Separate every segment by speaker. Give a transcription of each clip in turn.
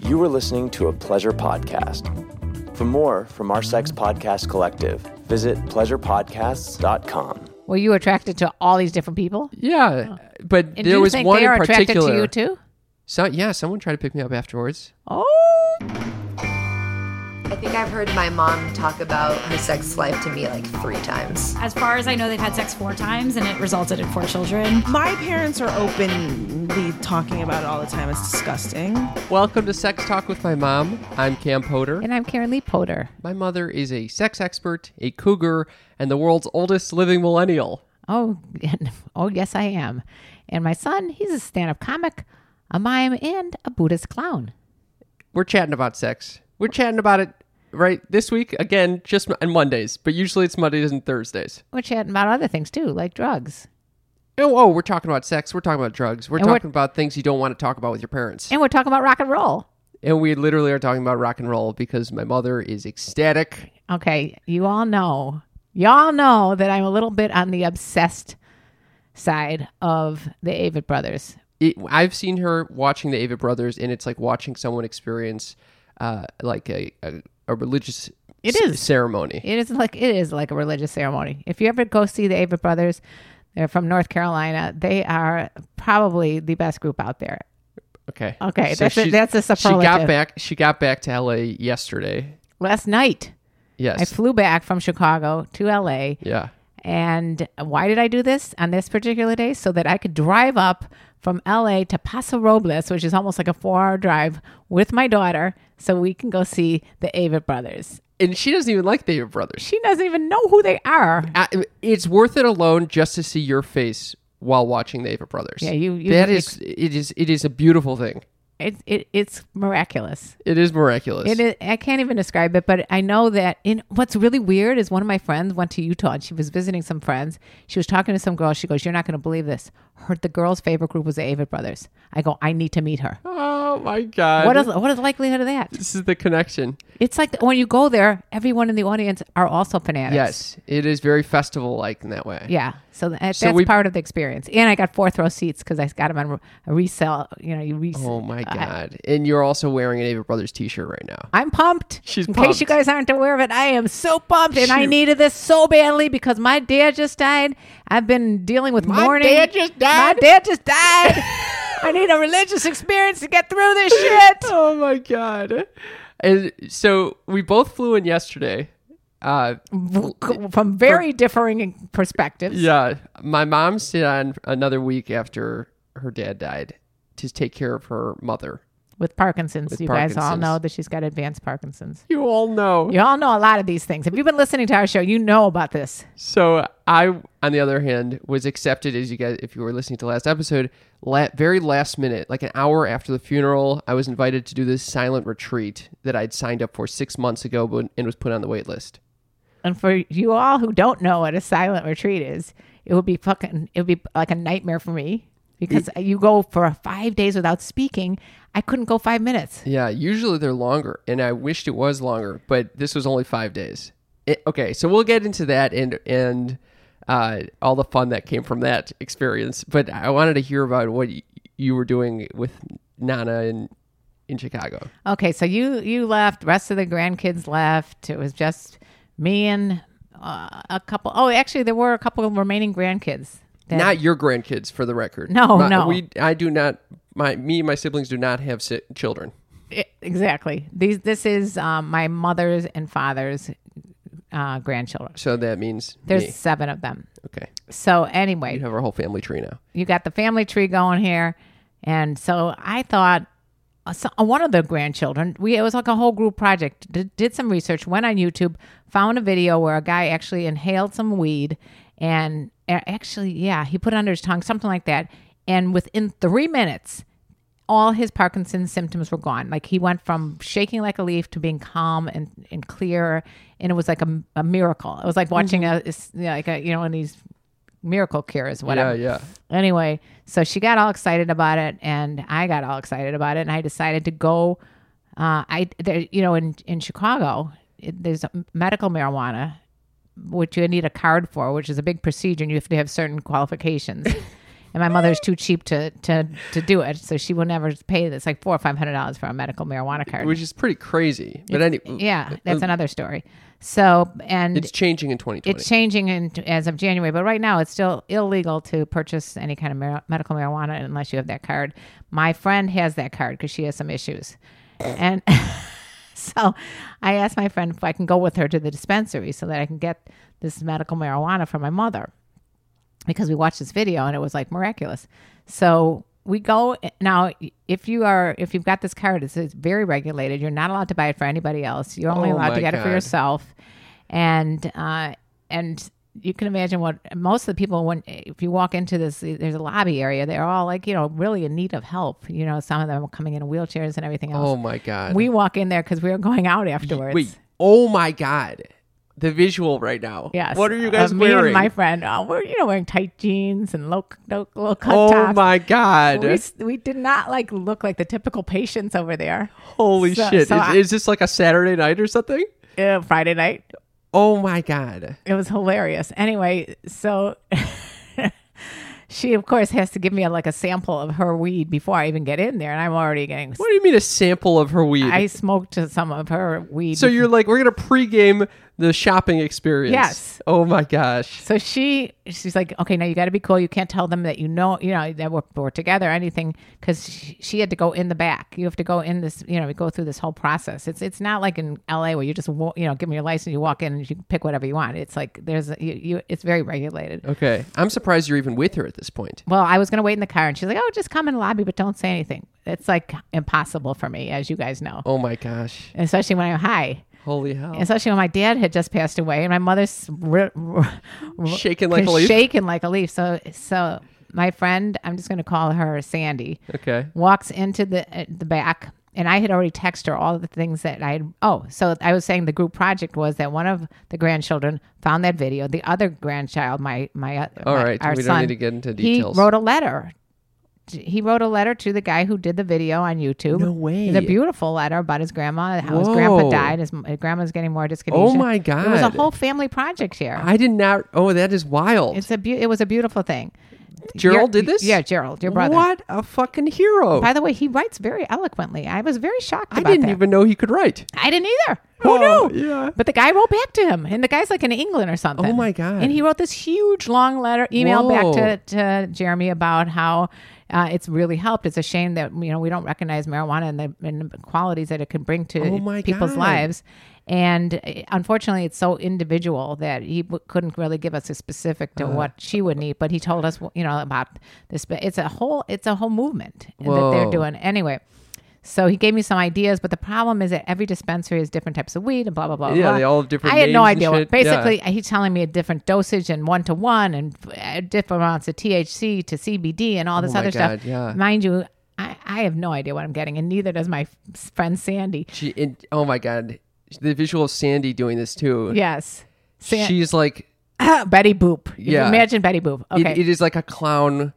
Speaker 1: You were listening to a pleasure podcast. For more from our Sex Podcast Collective, visit pleasurepodcasts.com.
Speaker 2: Were you attracted to all these different people?
Speaker 3: Yeah, but
Speaker 2: And do
Speaker 3: there
Speaker 2: you
Speaker 3: was
Speaker 2: think
Speaker 3: one
Speaker 2: they
Speaker 3: in
Speaker 2: are attracted
Speaker 3: particular.
Speaker 2: to you too?
Speaker 3: So, yeah, someone tried to pick me up afterwards.
Speaker 2: Oh,
Speaker 4: I think I've heard my mom talk about her sex life to me like three times.
Speaker 5: As far as I know, they've had sex four times and it resulted in four children.
Speaker 6: My parents are openly talking about it all the time. It's disgusting.
Speaker 3: Welcome to Sex Talk with my mom. I'm Cam Potter.
Speaker 2: and I'm Karen Lee Potter.
Speaker 3: my mother is a sex expert, a cougar, and the world's oldest living millennial.
Speaker 2: Oh, and, oh yes, I am. And my son, he's a stand-up comic, a mime, and a Buddhist clown.
Speaker 3: We're chatting about sex. We're chatting about it right this week again, just on Mondays, but usually it's Mondays and Thursdays.
Speaker 2: We're chatting about other things too, like drugs,
Speaker 3: Oh, oh, we're talking about sex. We're talking about drugs. We're
Speaker 2: And what-
Speaker 3: talking about things you don't want to talk about with your parents.
Speaker 2: and we're talking about rock and roll.
Speaker 3: And we literally are talking about rock and roll because my mother is ecstatic.
Speaker 2: Okay, you all know, y'all know that I'm a little bit on the obsessed side of the Avid brothers.
Speaker 3: It, I've seen her watching the Avid Brothers, and it's like watching someone experience uh, like a, a, a religious
Speaker 2: It
Speaker 3: c-
Speaker 2: is.
Speaker 3: ceremony.
Speaker 2: It is like it is like a religious ceremony. If you ever go see the Avid brothers, they're from North Carolina. They are probably the best group out there.
Speaker 3: okay.
Speaker 2: Okay, that's a-
Speaker 3: she-
Speaker 2: that's a
Speaker 3: She got
Speaker 2: superlative.
Speaker 3: back. She got back to L.A. yesterday.
Speaker 2: Last night,
Speaker 3: Yes.
Speaker 2: I flew back from Chicago to LA.
Speaker 3: yeah.
Speaker 2: And why did I do this on this particular day? So that I could drive up from LA to Paso Robles, which is almost like a four hour drive with my daughter, so we can go see the Avid Brothers.
Speaker 3: And she doesn't even like the Avid Brothers.
Speaker 2: She doesn't even know who they are.
Speaker 3: I, it's worth it alone just to see your face while watching the Avid Brothers.
Speaker 2: Yeah, you- you-
Speaker 3: that is. It is. It is a beautiful thing.
Speaker 2: It, it, it's miraculous.
Speaker 3: It is miraculous.
Speaker 2: It is, I can't even describe it, but I know that in what's really weird is one of my friends went to Utah and she was visiting some friends. She was talking to some girl. She goes, "You're not going to believe this. Her the girl's favorite group was the Avid Brothers." I go, "I need to meet her."
Speaker 3: Oh my god.
Speaker 2: What is what is the likelihood of that?
Speaker 3: this is the connection.
Speaker 2: It's like when you go there, everyone in the audience are also fanatics.
Speaker 3: Yes, it is very festival like in that way.
Speaker 2: Yeah. So that,
Speaker 3: So
Speaker 2: that's
Speaker 3: we-
Speaker 2: part of the experience. And I got fourth row seats because I got them on a resale. You know, you resell.
Speaker 3: Oh my god. and you're also wearing an Avid Brothers t-shirt right now.
Speaker 2: I'm pumped.
Speaker 3: She's
Speaker 2: in
Speaker 3: pumped.
Speaker 2: case you guys aren't aware of it, I am so pumped, and I
Speaker 3: Shoot.
Speaker 2: needed this so badly because my dad just died. I've been dealing with
Speaker 3: My
Speaker 2: mourning.
Speaker 3: dad just died?
Speaker 2: My dad just died. I need a religious experience to get through this shit.
Speaker 3: Oh my god. And so we both flew in yesterday. Uh
Speaker 2: From very differing perspectives.
Speaker 3: yeah, my mom stayed on another week after her dad died to take care of her mother.
Speaker 2: with Parkinson's.
Speaker 3: With
Speaker 2: you guys all
Speaker 3: Parkinson's.
Speaker 2: know that she's got advanced Parkinson's.
Speaker 3: You all know.
Speaker 2: You all know a lot of these things. If you've been listening to our show, you know about this.
Speaker 3: So I, on the other hand, was accepted as you guys, if you were listening to the last episode, la- very last minute, like an hour after the funeral, I was invited to do this silent retreat that I'd signed up for six months ago, but and was put on the wait list.
Speaker 2: And for you all who don't know what a silent retreat is, it would be fucking, it would be like a nightmare for me because you go for five days without speaking. I couldn't go five minutes.
Speaker 3: Yeah, usually they're longer, and I wished it was longer, but this was only five days. It- okay, so we'll get into that and and uh, all the fun that came from that experience. But I wanted to hear about what y- you were doing with Nana in in Chicago.
Speaker 2: Okay, so you you left. Rest of the grandkids left. It was just me and uh, a couple. Oh, actually, there were a couple of remaining grandkids. that-
Speaker 3: Not your grandkids, for the record.
Speaker 2: No,
Speaker 3: My-
Speaker 2: no.
Speaker 3: We, I do not. My me and my siblings do not have si- children.
Speaker 2: I- e, exactly. These this is um, my mother's and father's uh, grandchildren.
Speaker 3: So that means
Speaker 2: There's
Speaker 3: me.
Speaker 2: seven of them.
Speaker 3: Okay,
Speaker 2: So
Speaker 3: you
Speaker 2: anyway,
Speaker 3: have our whole family tree now.
Speaker 2: you got the family tree going here, and so I thought uh, so, uh, one of the grandchildren. We it was like a whole group project. Did, did some research, went on YouTube, found a video where a guy actually inhaled some weed, and uh, actually, yeah, he put it under his tongue, something like that. And within three minutes, all his Parkinson's symptoms were gone. Like he went from shaking like a leaf to being calm and, and clear. And it was like a, a miracle. It was like watching a it's like a, you know, one of these miracle cures,
Speaker 3: Mm-hmm. Yeah,
Speaker 2: whatever.
Speaker 3: Uh, yeah.
Speaker 2: Anyway, so she got all excited about it, and I got all excited about it, and I decided to go. Uh, I there, you know, in in Chicago, it, there's medical marijuana, which you need a card for, which is a big procedure, and you have to have certain qualifications. and my mother's too cheap to to to do it, so she will never pay. It's like four or five hundred dollars for a medical marijuana card.
Speaker 3: Which is pretty crazy. But any,
Speaker 2: yeah, that's another story. So and
Speaker 3: it's changing in 2020.
Speaker 2: it's changing in, as of January, but right now it's still illegal to purchase any kind of mar- medical marijuana unless you have that card. My friend has that card because she has some issues. And so I asked my friend if I can go with her to the dispensary so that I can get this medical marijuana for my mother because we watched this video and it was like miraculous. So we go now. If you are, if you've got this card, it's, it's very regulated. You're not allowed to buy it for anybody else. You're only
Speaker 3: Oh
Speaker 2: allowed
Speaker 3: my
Speaker 2: to get it for
Speaker 3: God.
Speaker 2: yourself. And uh, and you can imagine what most of the people when if you walk into this, there's a lobby area. They're all like you know really in need of help. You know, some of them are coming in wheelchairs and everything else.
Speaker 3: oh my God.
Speaker 2: We walk in there because we were going out afterwards.
Speaker 3: Wait. Oh my God. The visual right now.
Speaker 2: Yes.
Speaker 3: What are you
Speaker 2: Uh,
Speaker 3: guys
Speaker 2: me
Speaker 3: wearing?
Speaker 2: and my friend, oh, we're you know wearing tight jeans and low low, low cut
Speaker 3: oh
Speaker 2: tops.
Speaker 3: my God.
Speaker 2: We, s- we did not like look like the typical patients over there.
Speaker 3: Holy
Speaker 2: So-
Speaker 3: shit.
Speaker 2: so
Speaker 3: is,
Speaker 2: I-
Speaker 3: is this like a Saturday night or something?
Speaker 2: Uh, Friday night,
Speaker 3: Oh my God.
Speaker 2: it was hilarious. Anyway, so she of course has to give me a, like a sample of her weed before I even get in there, and I'm already getting.
Speaker 3: What do you mean a sample of her weed?
Speaker 2: I smoked some of her weed.
Speaker 3: so you're like, we're going to pregame the shopping experience.
Speaker 2: Yes.
Speaker 3: Oh my gosh.
Speaker 2: So she she's like, okay, now you got to be cool. You can't tell them that you know, you know, that we're, we're together or anything, because she, she had to go in the back. You have to go in this, you know, go through this whole process. It's it's not like in L.A. where you just wa- you know give them your license, you walk in and you pick whatever you want. It's like there's you, you it's very regulated.
Speaker 3: Okay. I'm surprised you're even with her at this point.
Speaker 2: Well, I was gonna wait in the car, and she's like, oh, just come in the lobby, but don't say anything. It's like impossible for me, as you guys know,
Speaker 3: Oh my gosh.
Speaker 2: especially when I'm high.
Speaker 3: Holy hell.
Speaker 2: Especially when my dad had just passed away, and my mother's r- r-
Speaker 3: Shaking like a
Speaker 2: Just
Speaker 3: leaf.
Speaker 2: shaking like a leaf. So, so my friend, I'm just going to call her Sandy.
Speaker 3: Okay.
Speaker 2: Walks into the uh, the back, and I had already texted her all the things that I had. Oh, so I was saying the group project was that one of the grandchildren found that video. The other grandchild, my my, uh,
Speaker 3: All
Speaker 2: my-
Speaker 3: right,
Speaker 2: our
Speaker 3: we don't
Speaker 2: son,
Speaker 3: need to get into details.
Speaker 2: He wrote a letter. He wrote a letter to the guy who did the video on YouTube.
Speaker 3: No way.
Speaker 2: It's a beautiful letter about his grandma, how his
Speaker 3: Whoa.
Speaker 2: grandpa died. His, his grandma's getting more dyskinesia.
Speaker 3: Oh my
Speaker 2: It was a
Speaker 3: God.
Speaker 2: whole family project here.
Speaker 3: I did not. Oh, that is wild.
Speaker 2: It's a beau it was a beautiful thing.
Speaker 3: Gerald
Speaker 2: Your-
Speaker 3: did this?
Speaker 2: Yeah, Gerald, your brother.
Speaker 3: What a fucking hero.
Speaker 2: By the way, he writes very eloquently. I was very shocked.
Speaker 3: I
Speaker 2: about
Speaker 3: didn't
Speaker 2: that.
Speaker 3: even know he could write.
Speaker 2: I didn't either.
Speaker 3: Oh,
Speaker 2: Oh, no.
Speaker 3: yeah.
Speaker 2: But the guy wrote back to him, and the guy's like in England or something.
Speaker 3: Oh, my God.
Speaker 2: And he wrote this huge long letter email
Speaker 3: Whoa.
Speaker 2: back to, to Jeremy about how uh, it's really helped. It's a shame that you know we don't recognize marijuana and the, and the qualities that it can bring to
Speaker 3: Oh, my
Speaker 2: people's
Speaker 3: God.
Speaker 2: lives. And uh, unfortunately, it's so individual that he w- couldn't really give us a specific
Speaker 3: Uh,
Speaker 2: to what she would need. But he told us, you know, about this. But it's a whole, it's a whole movement that
Speaker 3: Whoa.
Speaker 2: they're doing. Anyway, so he gave me some ideas, but the problem is that every dispensary has different types of weed and blah blah blah.
Speaker 3: Yeah,
Speaker 2: blah.
Speaker 3: they all have different
Speaker 2: I had no
Speaker 3: names and
Speaker 2: idea. What,
Speaker 3: shit.
Speaker 2: basically, he's telling me a different dosage and one to one and uh, different amounts of THC to CBD and all this
Speaker 3: Oh my
Speaker 2: other
Speaker 3: God,
Speaker 2: stuff.
Speaker 3: yeah.
Speaker 2: Mind you, I, I have no idea what I'm getting, and neither does my f- friend Sandy.
Speaker 3: She, and, oh my god, the visual of Sandy doing this too.
Speaker 2: Yes, San-
Speaker 3: she's like
Speaker 2: Betty Boop. You
Speaker 3: Yeah.
Speaker 2: imagine Betty Boop.
Speaker 3: it-
Speaker 2: Okay,
Speaker 3: it is like a clown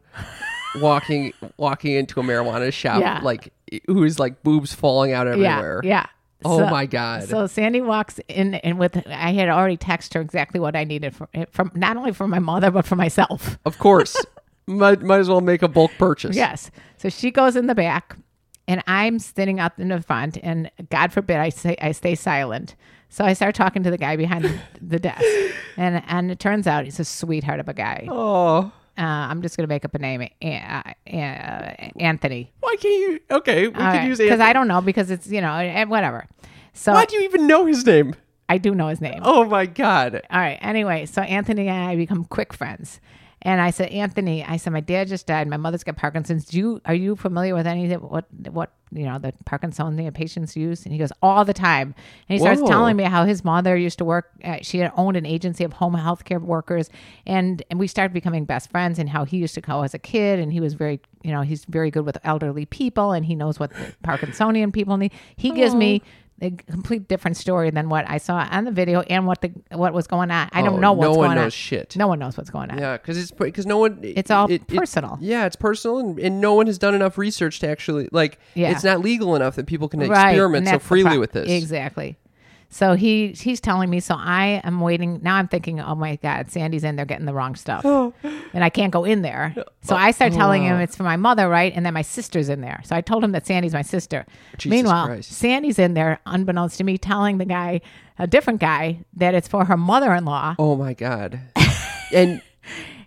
Speaker 3: walking walking into a marijuana shop,
Speaker 2: Yeah.
Speaker 3: like who is like boobs falling out everywhere.
Speaker 2: Yeah. yeah.
Speaker 3: Oh my God.
Speaker 2: So Sandy walks in, and with I had already texted her exactly what I needed for, eh, from not only for my mother but for myself.
Speaker 3: Of course, might might as well make a bulk purchase.
Speaker 2: Yes. So she goes in the back, and I'm sitting up in the front. And God forbid I say I stay silent. So I start talking to the guy behind the- the desk, and and it turns out he's a sweetheart of a guy. Oh. Uh, I'm just gonna make up a name, A- uh, uh, Anthony,
Speaker 3: Why can't you? Okay, we can use
Speaker 2: because
Speaker 3: Anthony.
Speaker 2: I don't know because it's you know and whatever. So
Speaker 3: Why do you even know his name?
Speaker 2: I do know his name.
Speaker 3: Oh my god.
Speaker 2: All right. Anyway, so Anthony and I become quick friends. And I said, Anthony, I said, my dad just died. My mother's got Parkinson's. Do you are you familiar with any of the- what what you know the Parkinsonian patients use? And he goes all the time. And he starts
Speaker 3: Whoa.
Speaker 2: telling me how his mother used to work. Uh, she had owned an agency of home health care workers, and and we started becoming best friends. And how he used to go as a kid, and he was very you know he's very good with elderly people, and he knows what Parkinsonian people need. He gives me. A complete different story than what I saw on the video and what the what was going on. I
Speaker 3: Oh,
Speaker 2: don't know what's
Speaker 3: no one
Speaker 2: going on.
Speaker 3: knows shit.
Speaker 2: No one knows what's going on.
Speaker 3: Yeah, because it's because no one.
Speaker 2: It's all personal.
Speaker 3: yeah, it's personal, and, and no one has done enough research to actually like.
Speaker 2: Yeah.
Speaker 3: it's not legal enough that people can
Speaker 2: Right,
Speaker 3: experiment
Speaker 2: and
Speaker 3: so
Speaker 2: that's the
Speaker 3: freely
Speaker 2: pro-
Speaker 3: with this.
Speaker 2: Exactly. So he he's telling me. So I am waiting. Now I'm thinking, oh my god, Sandy's in there getting the wrong stuff, and I can't go in there. So I start telling
Speaker 3: Oh.
Speaker 2: him it's for my mother, right? And then my sister's in there. So I told him that Sandy's my sister.
Speaker 3: Jesus
Speaker 2: Meanwhile,
Speaker 3: Christ.
Speaker 2: Sandy's in there, unbeknownst to me, telling the guy, a different guy, that it's for her mother-in-law,
Speaker 3: Oh my god, and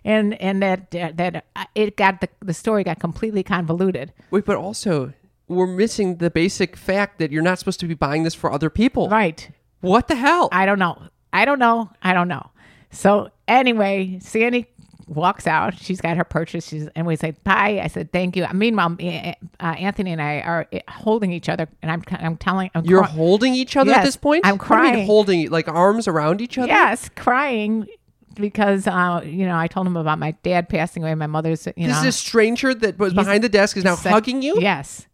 Speaker 2: and and that that uh, it got the the story got completely convoluted.
Speaker 3: wait, but also we're missing the basic fact that you're not supposed to be buying this for other people.
Speaker 2: Right.
Speaker 3: What the hell?
Speaker 2: I don't know. I don't know. I don't know. So anyway, Sandy walks out. She's got her purchase. She's and we say bye. I said thank you. Meanwhile, A- uh, Anthony and I are uh, holding each other, and I'm I'm telling I'm
Speaker 3: you're
Speaker 2: cry-
Speaker 3: holding each other at
Speaker 2: Yes,
Speaker 3: this point.
Speaker 2: I'm
Speaker 3: What do you mean
Speaker 2: crying.
Speaker 3: holding like arms around each other.
Speaker 2: yes crying because uh, you know I told him about my dad passing away. My mother's you
Speaker 3: This
Speaker 2: know
Speaker 3: is a stranger that was behind the desk is now
Speaker 2: Sec-
Speaker 3: hugging you.
Speaker 2: Yes.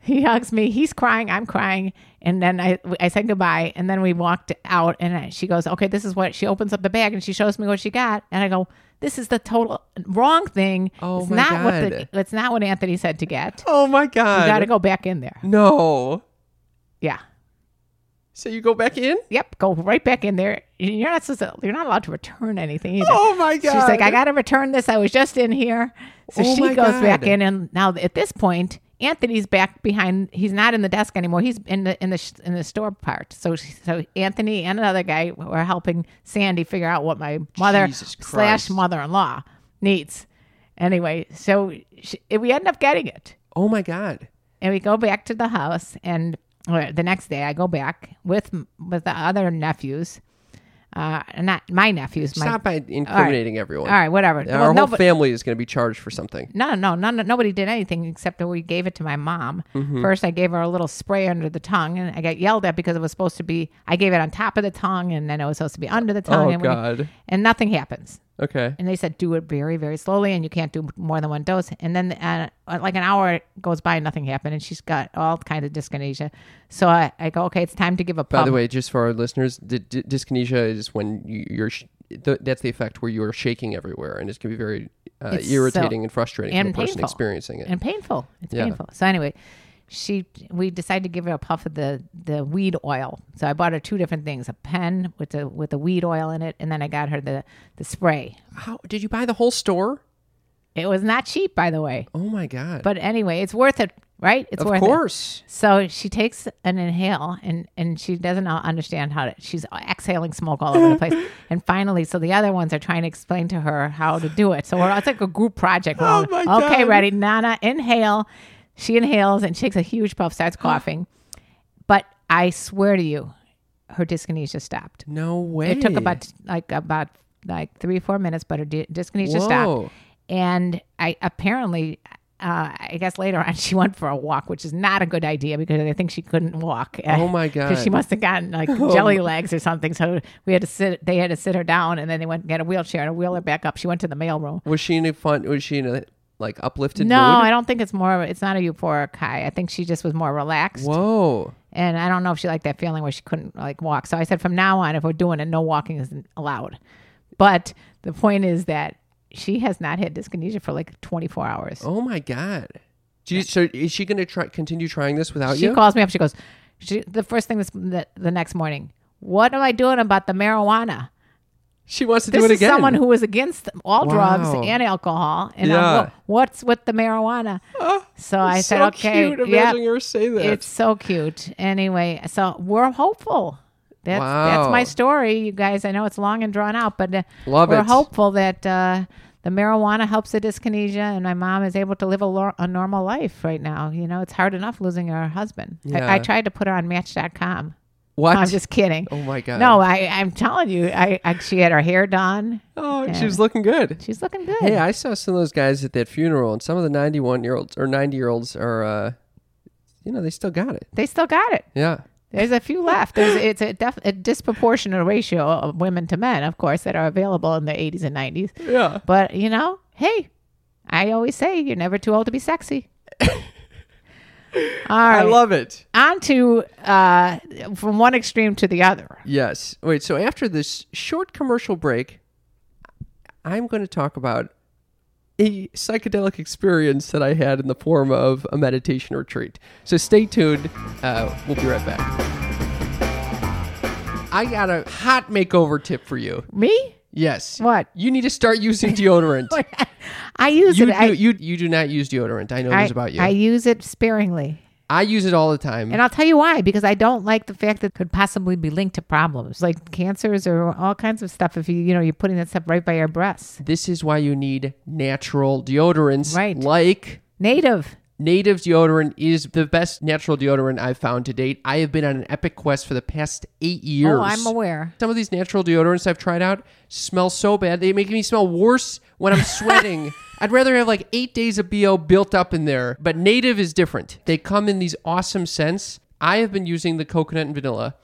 Speaker 2: He hugs me. He's crying. I'm crying. And then I, I said goodbye. And then we walked out. And I, she goes, "Okay, this is what." She opens up the bag and she shows me what she got. And I go, "This is the total wrong thing.
Speaker 3: Oh,
Speaker 2: it's
Speaker 3: my
Speaker 2: not what
Speaker 3: God.
Speaker 2: the, it's not what Anthony said to get.
Speaker 3: Oh my
Speaker 2: You
Speaker 3: god.
Speaker 2: got to go back in there.
Speaker 3: No.
Speaker 2: Yeah.
Speaker 3: So you go back in.
Speaker 2: Yep. Go right back in there. You're not supposed to, you're not allowed to return anything either.
Speaker 3: Oh my god.
Speaker 2: She's like, I got to return this. I was just in here. So
Speaker 3: Oh
Speaker 2: she
Speaker 3: my
Speaker 2: goes back
Speaker 3: God.
Speaker 2: in, and now at this point, Anthony's back behind. He's not in the desk anymore. He's in the in the sh- in the store part. So she- so Anthony and another guy were helping Sandy figure out what my mother
Speaker 3: Jesus
Speaker 2: slash
Speaker 3: Christ.
Speaker 2: mother in law needs. Anyway, so she, we end up getting it.
Speaker 3: Oh my god.
Speaker 2: And we go back to the house, and or the next day I go back with with the other nephews, uh, not my nephews.
Speaker 3: Stop
Speaker 2: my,
Speaker 3: by incriminating everyone.
Speaker 2: All right, whatever.
Speaker 3: Our
Speaker 2: Well,
Speaker 3: whole
Speaker 2: no, but-
Speaker 3: family is going to be charged for something.
Speaker 2: No, no, no, no, nobody did anything except that we gave it to my mom.
Speaker 3: Mm-hmm.
Speaker 2: First, I gave her a little spray under the tongue, and I got yelled at because it was supposed to be. I gave it on top of the tongue, and then it was supposed to be under the tongue.
Speaker 3: Oh,
Speaker 2: and
Speaker 3: God.
Speaker 2: and nothing happens.
Speaker 3: Okay.
Speaker 2: And they said do it very, very slowly, and you can't do more than one dose. And then, uh, like an hour goes by, and nothing happened, and she's got all kinds of dyskinesia. So I, I go, okay, it's time to give a.
Speaker 3: By the way, just for our listeners, d- d- dyskinesia is when you, you're sh- th- that's the effect where you are shaking everywhere, and it's going to be very uh,
Speaker 2: It's so-
Speaker 3: irritating and frustrating
Speaker 2: and
Speaker 3: for the person
Speaker 2: painful.
Speaker 3: experiencing it.
Speaker 2: and painful. It's
Speaker 3: Yeah.
Speaker 2: painful. So anyway, she we decided to give her a puff of the the weed oil. So I bought her two different things: a pen with the with the weed oil in it, and then I got her the the spray.
Speaker 3: How did you buy the whole store?
Speaker 2: It was not cheap, by the way,
Speaker 3: Oh my god!
Speaker 2: but anyway, it's worth it, right? It's
Speaker 3: of
Speaker 2: worth it.
Speaker 3: course,
Speaker 2: So she takes an inhale and, and she doesn't all- understand how to, she's exhaling smoke all over the place. And finally, so the other ones are trying to explain to her how to do it. So we're, it's like a group project. We're all,
Speaker 3: Oh my
Speaker 2: okay,
Speaker 3: God.
Speaker 2: ready, Nana, inhale. She inhales and takes a huge puff, starts coughing. But I swear to you, her dyskinesia stopped.
Speaker 3: no way.
Speaker 2: It took about like about like three four minutes, but her di- dyskinesia
Speaker 3: Whoa.
Speaker 2: stopped. And I apparently, uh, I guess later on, she went for a walk, which is not a good idea because I think she couldn't walk.
Speaker 3: Oh, my God. Oh
Speaker 2: Because she must have gotten like jelly legs or something. So we had to sit. They had to sit her down, and then they went and get a wheelchair and wheel her back up. She went to the mailroom.
Speaker 3: Was she in a fun? Was she in a like uplifted
Speaker 2: No,
Speaker 3: mood?
Speaker 2: I don't think it's more. It's not a euphoric high. I think she just was more relaxed.
Speaker 3: Whoa!
Speaker 2: And I don't know if she liked that feeling where she couldn't like walk. So I said, from now on, if we're doing it, no walking is allowed. But the point is that she has not had dyskinesia for like 24 hours.
Speaker 3: Oh my god! Do you- so is she going to try continue trying this without
Speaker 2: she
Speaker 3: you?
Speaker 2: calls me up. She goes, she, the first thing this, the, the next morning, what am I doing about the marijuana?
Speaker 3: she wants to
Speaker 2: This
Speaker 3: do it
Speaker 2: is
Speaker 3: again.
Speaker 2: someone who was against all
Speaker 3: Wow.
Speaker 2: drugs and alcohol. And
Speaker 3: Yeah.
Speaker 2: I'm, "Wha- what's with the marijuana? so I said,
Speaker 3: so
Speaker 2: okay,
Speaker 3: cute
Speaker 2: yep,
Speaker 3: imagining her say that.
Speaker 2: It's so cute. Anyway, so we're hopeful. That's that's
Speaker 3: Wow.
Speaker 2: my story, you guys. I know it's long and drawn out, but uh,
Speaker 3: Love
Speaker 2: we're
Speaker 3: it.
Speaker 2: hopeful that uh, the marijuana helps the dyskinesia, and my mom is able to live a, lo- a normal life right now. You know, it's hard enough losing her husband. I, I
Speaker 3: Yeah.
Speaker 2: tried to put her on Match.com.
Speaker 3: What?
Speaker 2: I'm just kidding.
Speaker 3: Oh my God.
Speaker 2: No, I, I'm telling you, I, I she had her hair done.
Speaker 3: Oh, she was looking good.
Speaker 2: She's looking good.
Speaker 3: Hey, I saw some of those guys at that funeral, and some of the 91 year olds or 90 year olds are, uh, you know, they still got it.
Speaker 2: they still got it.
Speaker 3: Yeah.
Speaker 2: There's a few left. There's it's a, def, a disproportionate ratio of women to men, of course, that are available in the 80s and 90s.
Speaker 3: Yeah.
Speaker 2: But you know, hey, I always say you're never too old to be sexy. All right,
Speaker 3: I love it.
Speaker 2: on to uh, from one extreme to the other.
Speaker 3: Yes. Wait, so after this short commercial break, I'm going to talk about a psychedelic experience that I had in the form of a meditation retreat. So stay tuned. Uh, we'll be right back. I got a hot makeover tip for you.
Speaker 2: Me?
Speaker 3: Yes.
Speaker 2: What? Oh,
Speaker 3: You need to start using deodorant.
Speaker 2: I use
Speaker 3: you,
Speaker 2: it.
Speaker 3: do,
Speaker 2: I,
Speaker 3: you you do not use deodorant. I know
Speaker 2: I,
Speaker 3: this about you.
Speaker 2: I
Speaker 3: I,
Speaker 2: use it sparingly.
Speaker 3: use it all the time.
Speaker 2: And I'll tell you why, because I don't like the fact that it could possibly be linked to problems like cancers or all kinds of stuff. If you, you know, you're putting that stuff right by your breasts.
Speaker 3: this is why you need natural deodorants
Speaker 2: Right.
Speaker 3: like
Speaker 2: Native.
Speaker 3: Native deodorant is the best natural deodorant I've found to date. I have been on an epic quest for the past eight years.
Speaker 2: Oh, I'm aware.
Speaker 3: Some of these natural deodorants I've tried out smell so bad. They make me smell worse when I'm sweating. I'd rather have like eight days of BO built up in there. But native is different. They come in these awesome scents. I have been using the coconut and vanilla.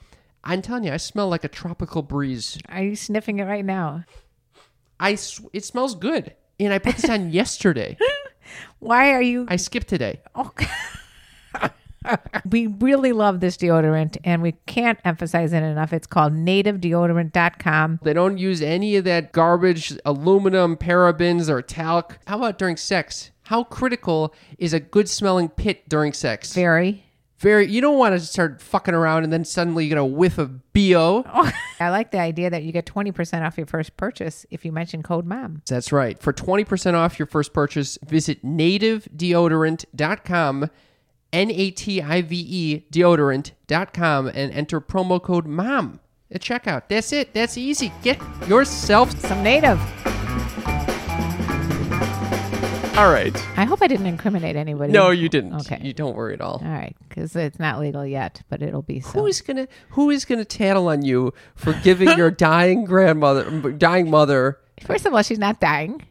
Speaker 3: I'm telling you, I smell like a tropical breeze.
Speaker 2: Are you sniffing it right now?
Speaker 3: I sw- it smells good. And I put this on yesterday.
Speaker 2: Why are you?
Speaker 3: I skipped today.
Speaker 2: we really love this deodorant and we can't emphasize it enough. It's called nativedeodorant.com.
Speaker 3: They don't use any of that garbage, aluminum, parabens, or talc. How about during sex? How critical is a good smelling pit during sex?
Speaker 2: Very.
Speaker 3: Very, you don't want to start fucking around and then suddenly you're going to whiff a BO.
Speaker 2: I like the idea that you get 20% off your first purchase if you mention code MOM.
Speaker 3: That's right. For 20% off your first purchase, visit nativedeodorant.com, N A T I V E deodorant.com, and enter promo code MOM at checkout. That's it. That's easy. Get yourself.
Speaker 2: Some native.
Speaker 3: All right.
Speaker 2: I hope I didn't incriminate anybody.
Speaker 3: No, you didn't.
Speaker 2: Okay.
Speaker 3: You don't worry at all.
Speaker 2: All right, because it's not legal yet, but it'll be soon.
Speaker 3: Who is gonna Who is gonna tattle on you for giving your dying grandmother, dying mother,
Speaker 2: First of all, she's not dying,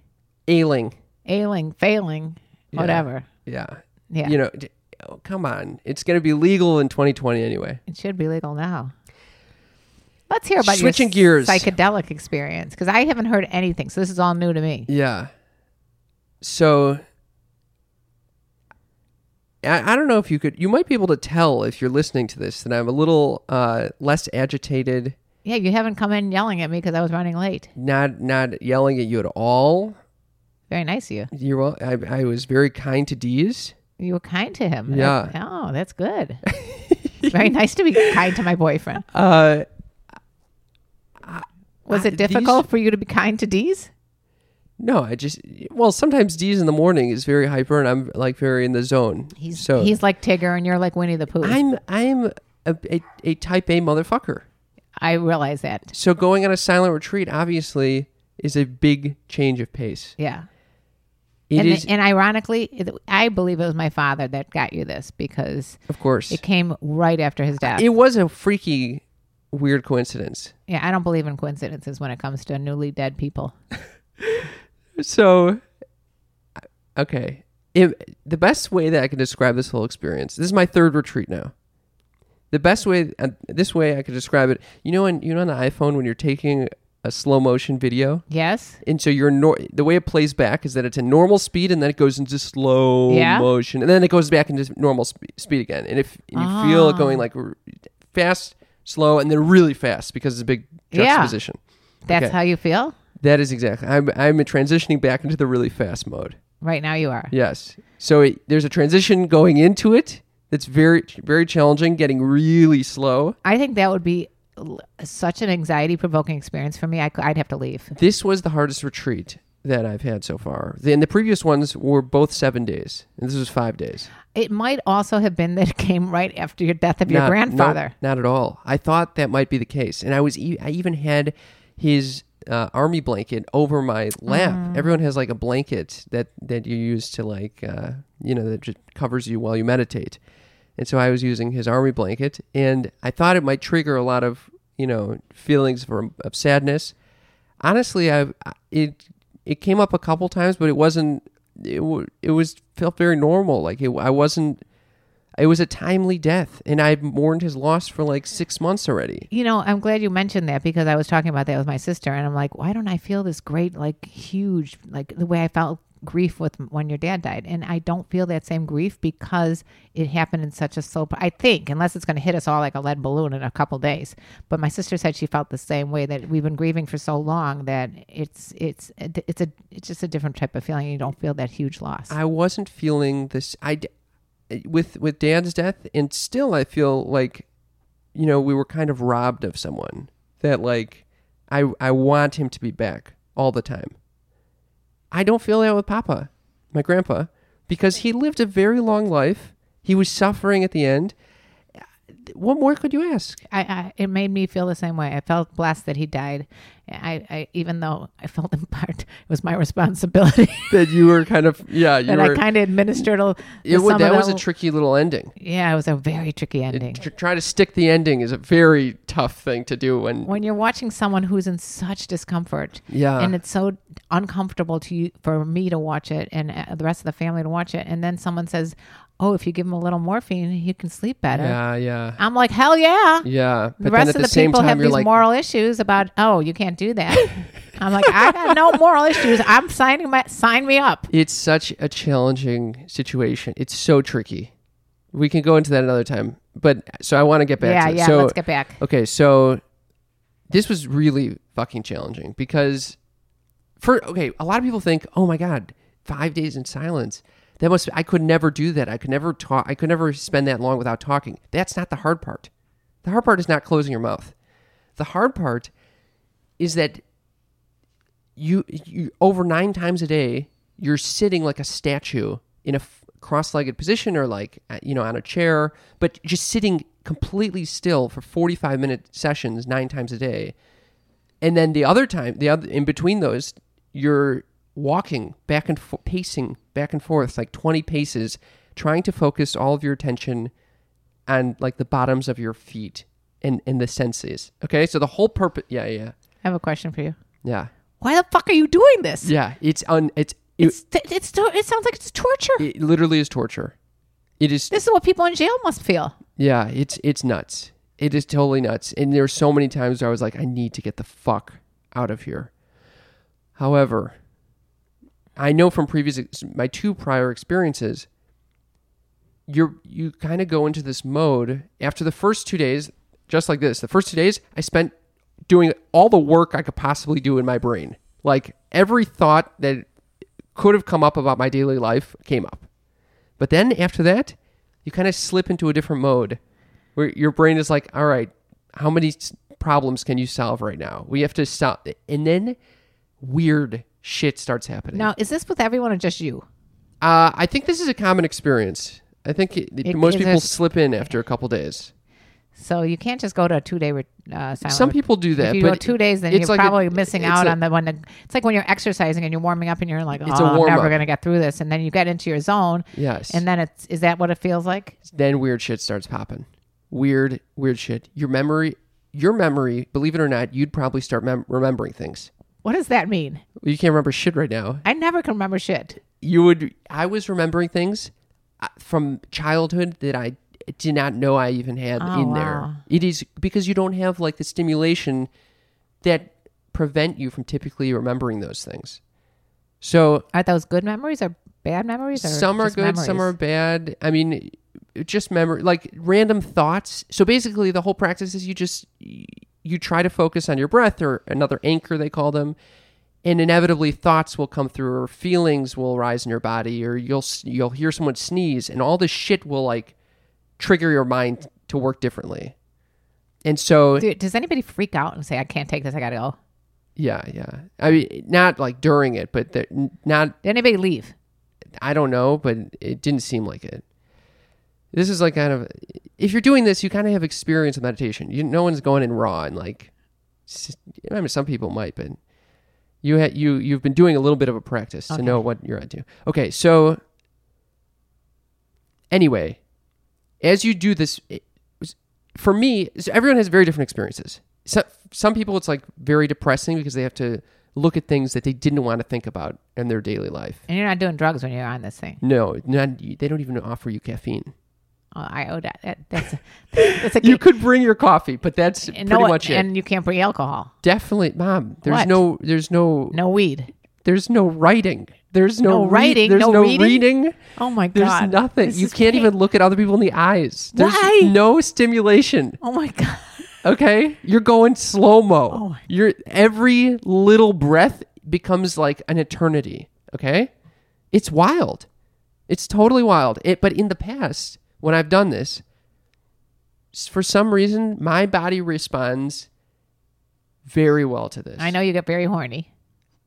Speaker 3: ailing?
Speaker 2: ailing, failing, whatever.
Speaker 3: Yeah,
Speaker 2: Yeah.
Speaker 3: You know, d- oh, come on, it's gonna be legal in 2020 anyway.
Speaker 2: It should be legal now. Let's hear about
Speaker 3: Switching
Speaker 2: your
Speaker 3: gears.
Speaker 2: psychedelic experience because I haven't heard anything, so this is all new to me.
Speaker 3: Yeah. So, I, I don't know if you could. You might be able to tell if you're listening to this that I'm a little uh, less agitated,
Speaker 2: Yeah, you haven't come in yelling at me because I was running late.
Speaker 3: not not yelling at you at all.
Speaker 2: Very nice of you.
Speaker 3: You're well. I, I was very kind to Dee's.
Speaker 2: You were kind to him.
Speaker 3: Yeah.
Speaker 2: Oh, that's good. Very nice to be kind to my boyfriend.
Speaker 3: Uh,
Speaker 2: Was
Speaker 3: Uh,
Speaker 2: it
Speaker 3: these-
Speaker 2: difficult for you to be kind to Dee's?
Speaker 3: No, I just well sometimes D's in the morning is very hyper and I'm like very in the zone.
Speaker 2: He's
Speaker 3: so
Speaker 2: he's like Tigger and you're like Winnie the Pooh.
Speaker 3: I'm I'm a, a, a type A motherfucker.
Speaker 2: I realize that.
Speaker 3: So going on a silent retreat obviously is a big change of pace.
Speaker 2: Yeah.
Speaker 3: It
Speaker 2: and,
Speaker 3: is
Speaker 2: and ironically, it- I believe it was my father that got you this because
Speaker 3: of course.
Speaker 2: it
Speaker 3: It,
Speaker 2: came right after his death.
Speaker 3: was a freaky weird coincidence.
Speaker 2: yeah, I don't believe in coincidences when it comes to newly dead people.
Speaker 3: So okay. It, the best way that I can describe this whole experience. This is my third retreat now. The best way uh, this way I could describe it. You know when you know on the iPhone when you're taking a slow motion video
Speaker 2: Yes,
Speaker 3: and so your nor- the way it plays back is that it's a normal speed and then it goes into slow
Speaker 2: Yeah.
Speaker 3: motion and then it goes back into normal spe- speed again and if and you feel it
Speaker 2: Ah.
Speaker 3: going like r- fast slow and then really fast because it's a big
Speaker 2: Yeah.
Speaker 3: juxtaposition
Speaker 2: that's
Speaker 3: Okay.
Speaker 2: how you feel
Speaker 3: that is exactly I'm, I'm transitioning back into the really fast mode
Speaker 2: right now. You are.
Speaker 3: yes so it, there's a transition going into it that's very very challenging getting really slow
Speaker 2: I think that would be l- such an anxiety-provoking experience for me. I, would have to leave.
Speaker 3: this was the hardest retreat that I've had so far. And the previous ones were both seven days, and this was five days.
Speaker 2: It might also have been that it came right after your death of your
Speaker 3: Not-
Speaker 2: grandfather.
Speaker 3: no, not at all. I thought that might be the case, and I was e- I even had his uh, army blanket over my lap.
Speaker 2: Mm-hmm.
Speaker 3: Everyone has like a blanket that that you use to like uh, you know that just covers you while you meditate. and so I was using his army blanket, and I thought it might trigger a lot of you know feelings from of sadness. Honestly, I it it came up a couple times, but it wasn't. It wa- it was felt very normal. Like it, I wasn't. It was a timely death, and I mourned his loss for like six months already.
Speaker 2: You know, I'm glad you mentioned that because I was talking about that with my sister, and I'm like, why don't I feel this great, like huge, like the way I felt grief with when your dad died, and I don't feel that same grief because it happened in such a slow. I think, unless it's going to hit us all like a lead balloon in a couple days. But my sister said she felt the same way that we've been grieving for so long that it's it's it's a it's just a different type of feeling. You don't feel that huge loss.
Speaker 3: I wasn't feeling this. I d- with with Dan's death, and still I feel like, you know, we were kind of robbed of someone that like, I I want him to be back all the time. I don't feel that with Papa, my grandpa, because he lived a very long life. He was suffering at the end. What more could you ask?
Speaker 2: I, I it made me feel the same way. I felt blessed that he died. I, I even though I felt in part it was my responsibility
Speaker 3: That you were kind of yeah, you
Speaker 2: that
Speaker 3: were.
Speaker 2: I kind of administered. A,
Speaker 3: it, wa-
Speaker 2: some
Speaker 3: that
Speaker 2: of
Speaker 3: was
Speaker 2: the-
Speaker 3: a tricky little ending.
Speaker 2: Yeah, it was a very tricky ending.
Speaker 3: Tr- try to stick the ending is a very tough thing to do when
Speaker 2: when you're watching someone who's in such discomfort,
Speaker 3: Yeah.
Speaker 2: and it's so uncomfortable to you for me to watch it and uh, the rest of the family to watch it, and then someone says, "Oh, if you give him a little morphine, he can sleep better."
Speaker 3: yeah yeah
Speaker 2: I'm like, "Hell yeah!"
Speaker 3: Yeah,
Speaker 2: the rest of the, people have these moral issues about oh you can't do that i'm like i got no moral issues i'm signing my sign me up
Speaker 3: it's such a challenging situation. It's so tricky. We can go into that another time, but so I want to get back.
Speaker 2: yeah
Speaker 3: to it.
Speaker 2: yeah
Speaker 3: So-
Speaker 2: let's get back
Speaker 3: Okay, so this was really fucking challenging because for okay, a lot of people think, "Oh my god, 5 days in silence. That must I could never do that. I could never talk I could never spend that long without talking." That's not the hard part. The hard part is not closing your mouth. The hard part is that you, you over 9 times a day, you're sitting like a statue in a f- cross-legged position or like uh, you know on a chair, but just sitting completely still for 45 minute sessions 9 times a day and then the other time the other in between those you're walking back and fo- pacing back and forth like 20 paces trying to focus all of your attention on like the bottoms of your feet and and the senses okay so the whole purpose yeah yeah
Speaker 2: i have a question for you
Speaker 3: yeah
Speaker 2: why the fuck are you doing this
Speaker 3: yeah it's un it's it,
Speaker 2: it's t- it's t- it sounds like it's torture
Speaker 3: it literally is torture it is
Speaker 2: this is what people in jail must feel
Speaker 3: Yeah, it's it's nuts. It is totally nuts. And there were so many times where I was like, I need to get the fuck out of here. However, I know from previous ex- my two prior experiences, you're you kind of go into this mode after the first two days, just like this. The first two days, I spent doing all the work I could possibly do in my brain. Like every thought that could have come up about my daily life came up. But then after that, you kind of slip into a different mode where your brain is like, all right, how many s- problems can you solve right now? We have to stop. And then weird shit starts happening.
Speaker 2: now is this with everyone or just you
Speaker 3: Uh, I think this is a common experience. I think it,
Speaker 2: It-
Speaker 3: most
Speaker 2: is
Speaker 3: people
Speaker 2: there-
Speaker 3: slip in after a couple days.
Speaker 2: so you can't just go to a two day re- uh, silent
Speaker 3: Some people do that.
Speaker 2: if you
Speaker 3: but
Speaker 2: go two days, then
Speaker 3: it's
Speaker 2: you're
Speaker 3: like a-
Speaker 2: probably missing
Speaker 3: it's
Speaker 2: out
Speaker 3: a-
Speaker 2: on the one. That, it's like when you're exercising and you're warming up, and you're like, "Oh,
Speaker 3: It's a
Speaker 2: I'm
Speaker 3: warm-up.
Speaker 2: never going to get through this." And then you get into your zone,
Speaker 3: Yes.
Speaker 2: and then it's is that what it feels like?
Speaker 3: then weird shit starts popping. Weird, weird shit. Your memory, your memory, believe it or not, you'd probably start mem- remembering things.
Speaker 2: What does that mean?
Speaker 3: You can't remember shit right now.
Speaker 2: I never can remember shit.
Speaker 3: you would i was remembering things uh, from childhood that i did not know i even had in there it is because you don't have like the stimulation that prevent you from typically remembering those things so
Speaker 2: Are those good memories or bad memories? Or
Speaker 3: some are
Speaker 2: just
Speaker 3: good some are
Speaker 2: memories?
Speaker 3: bad i mean just memory like random thoughts so basically the whole practice is you just you try to focus on your breath or another anchor they call them and inevitably thoughts will come through or feelings will rise in your body or you'll s- you'll hear someone sneeze and all this shit will like trigger your mind to work differently and so
Speaker 2: Dude, does anybody freak out and say, "I can't take this. I got to go"?
Speaker 3: yeah yeah i mean not like during it but the, n- not
Speaker 2: Did anybody leave?
Speaker 3: I don't know, but it didn't seem like it. This is like kind of if you're doing this, you kind of have experience with meditation. You no one's going in raw and like. s- I mean, some people might, but you ha- you you've been doing a little bit of a practice to know what you're up to. Okay, so anyway, as you do this, it was- for me, so everyone has very different experiences. So, some people, it's like very depressing because they have to look at things that they didn't want to think about in their daily life.
Speaker 2: And you're not doing drugs when you're on this thing.
Speaker 3: No, not, they don't even offer you caffeine.
Speaker 2: Oh, I owe that. that that's a, that's a
Speaker 3: You could bring your coffee, but that's
Speaker 2: and
Speaker 3: pretty
Speaker 2: no-
Speaker 3: much it.
Speaker 2: And you can't bring alcohol,
Speaker 3: Definitely, mom. There's
Speaker 2: What?
Speaker 3: no, there's no,
Speaker 2: no weed.
Speaker 3: there's no writing. There's no,
Speaker 2: No
Speaker 3: read-
Speaker 2: writing,
Speaker 3: there's
Speaker 2: no
Speaker 3: no
Speaker 2: reading?
Speaker 3: reading.
Speaker 2: Oh my
Speaker 3: There's
Speaker 2: god.
Speaker 3: nothing.
Speaker 2: This
Speaker 3: you
Speaker 2: is
Speaker 3: can't
Speaker 2: pain-
Speaker 3: even look at other people in the eyes. There's
Speaker 2: Why?
Speaker 3: no stimulation.
Speaker 2: Oh my god.
Speaker 3: Okay? You're going slow-mo.
Speaker 2: Oh my-
Speaker 3: Your every little breath becomes like an eternity, okay? It's wild. It's totally wild. It but in the past when I've done this, s- for some reason my body responds very well to this
Speaker 2: I know you get very horny.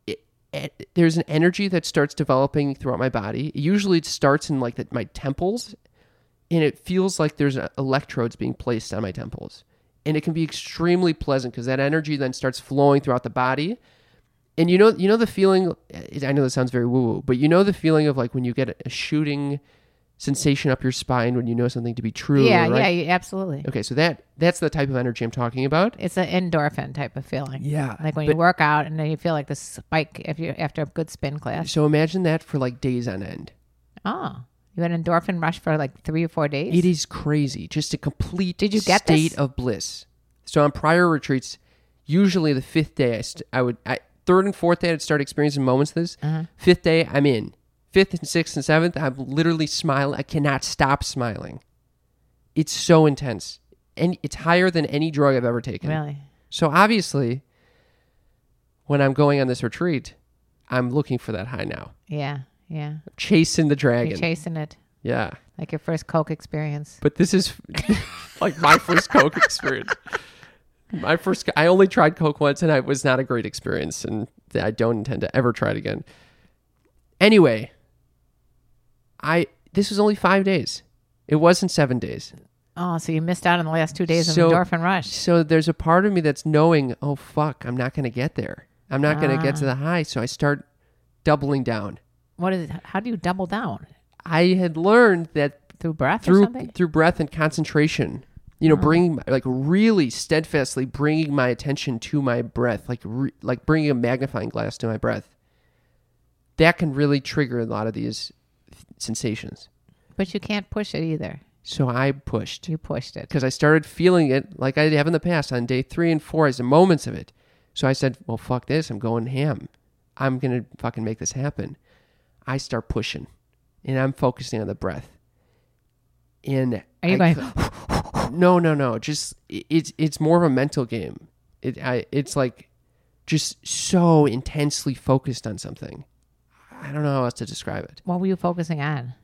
Speaker 3: it, it- e, there's an energy that starts developing throughout my body. It usually it starts in like the, my temples, and it feels like there's uh, electrodes being placed on my temples, and it can be extremely pleasant because that energy then starts flowing throughout the body. And you know, you know the feeling. eh, I know this sounds very woo woo, but you know the feeling of like when you get a shooting sensation up your spine when you know something to be true.
Speaker 2: yeah,
Speaker 3: right?
Speaker 2: yeah, you- absolutely.
Speaker 3: Okay, so that that's the type of energy I'm talking about.
Speaker 2: It's an endorphin type of feeling.
Speaker 3: Yeah,
Speaker 2: Like when
Speaker 3: but-
Speaker 2: you work out and then you feel like the spike if you after a good spin class.
Speaker 3: So imagine that for like days on end.
Speaker 2: Oh. You had an endorphin rush for like three or four days?
Speaker 3: It is crazy. Just a complete
Speaker 2: Did you get
Speaker 3: state
Speaker 2: this?
Speaker 3: of bliss. So on prior retreats, usually the fifth day, I, st- I would I, third and fourth day I'd start experiencing moments of this.
Speaker 2: Uh-huh.
Speaker 3: Fifth day, I'm in. Fifth and sixth and seventh, I'm literally smiling. I cannot stop smiling. It's so intense, and it's higher than any drug I've ever taken.
Speaker 2: Really?
Speaker 3: So obviously, when I'm going on this retreat, I'm looking for that high now,
Speaker 2: Yeah. Yeah.
Speaker 3: chasing the
Speaker 2: You're
Speaker 3: dragon.
Speaker 2: chasing it.
Speaker 3: yeah.
Speaker 2: Like your first Coke experience.
Speaker 3: But this is like my first Coke experience. My first, I only tried Coke once and it was not a great experience. And I don't intend to ever try it again. Anyway, I, this was only five days. It wasn't seven days.
Speaker 2: Oh, so you missed out on the last two days
Speaker 3: So-
Speaker 2: of endorphin rush.
Speaker 3: So there's a part of me that's knowing, oh, fuck, I'm not going to get there. I'm not going to get to the high. So I start doubling down.
Speaker 2: What is it? How do you double down?
Speaker 3: I had learned that
Speaker 2: Through breath or
Speaker 3: through
Speaker 2: something?
Speaker 3: through breath and concentration you know bringing like really steadfastly bringing my attention to my breath like re- like bringing a magnifying glass to my breath that can really trigger a lot of these sensations
Speaker 2: But you can't push it either.
Speaker 3: so i pushed
Speaker 2: You pushed it.
Speaker 3: because i started feeling it like i have in the past on day three and four as the moments of it so i said well fuck this i'm going ham i'm gonna fucking make this happen i start pushing and i'm focusing on the breath and
Speaker 2: Are you
Speaker 3: I
Speaker 2: going?
Speaker 3: no, no, no. Just i- it's it's more of a mental game. It I it's like just so intensely focused on something. I don't know how else to describe it.
Speaker 2: What were you focusing on?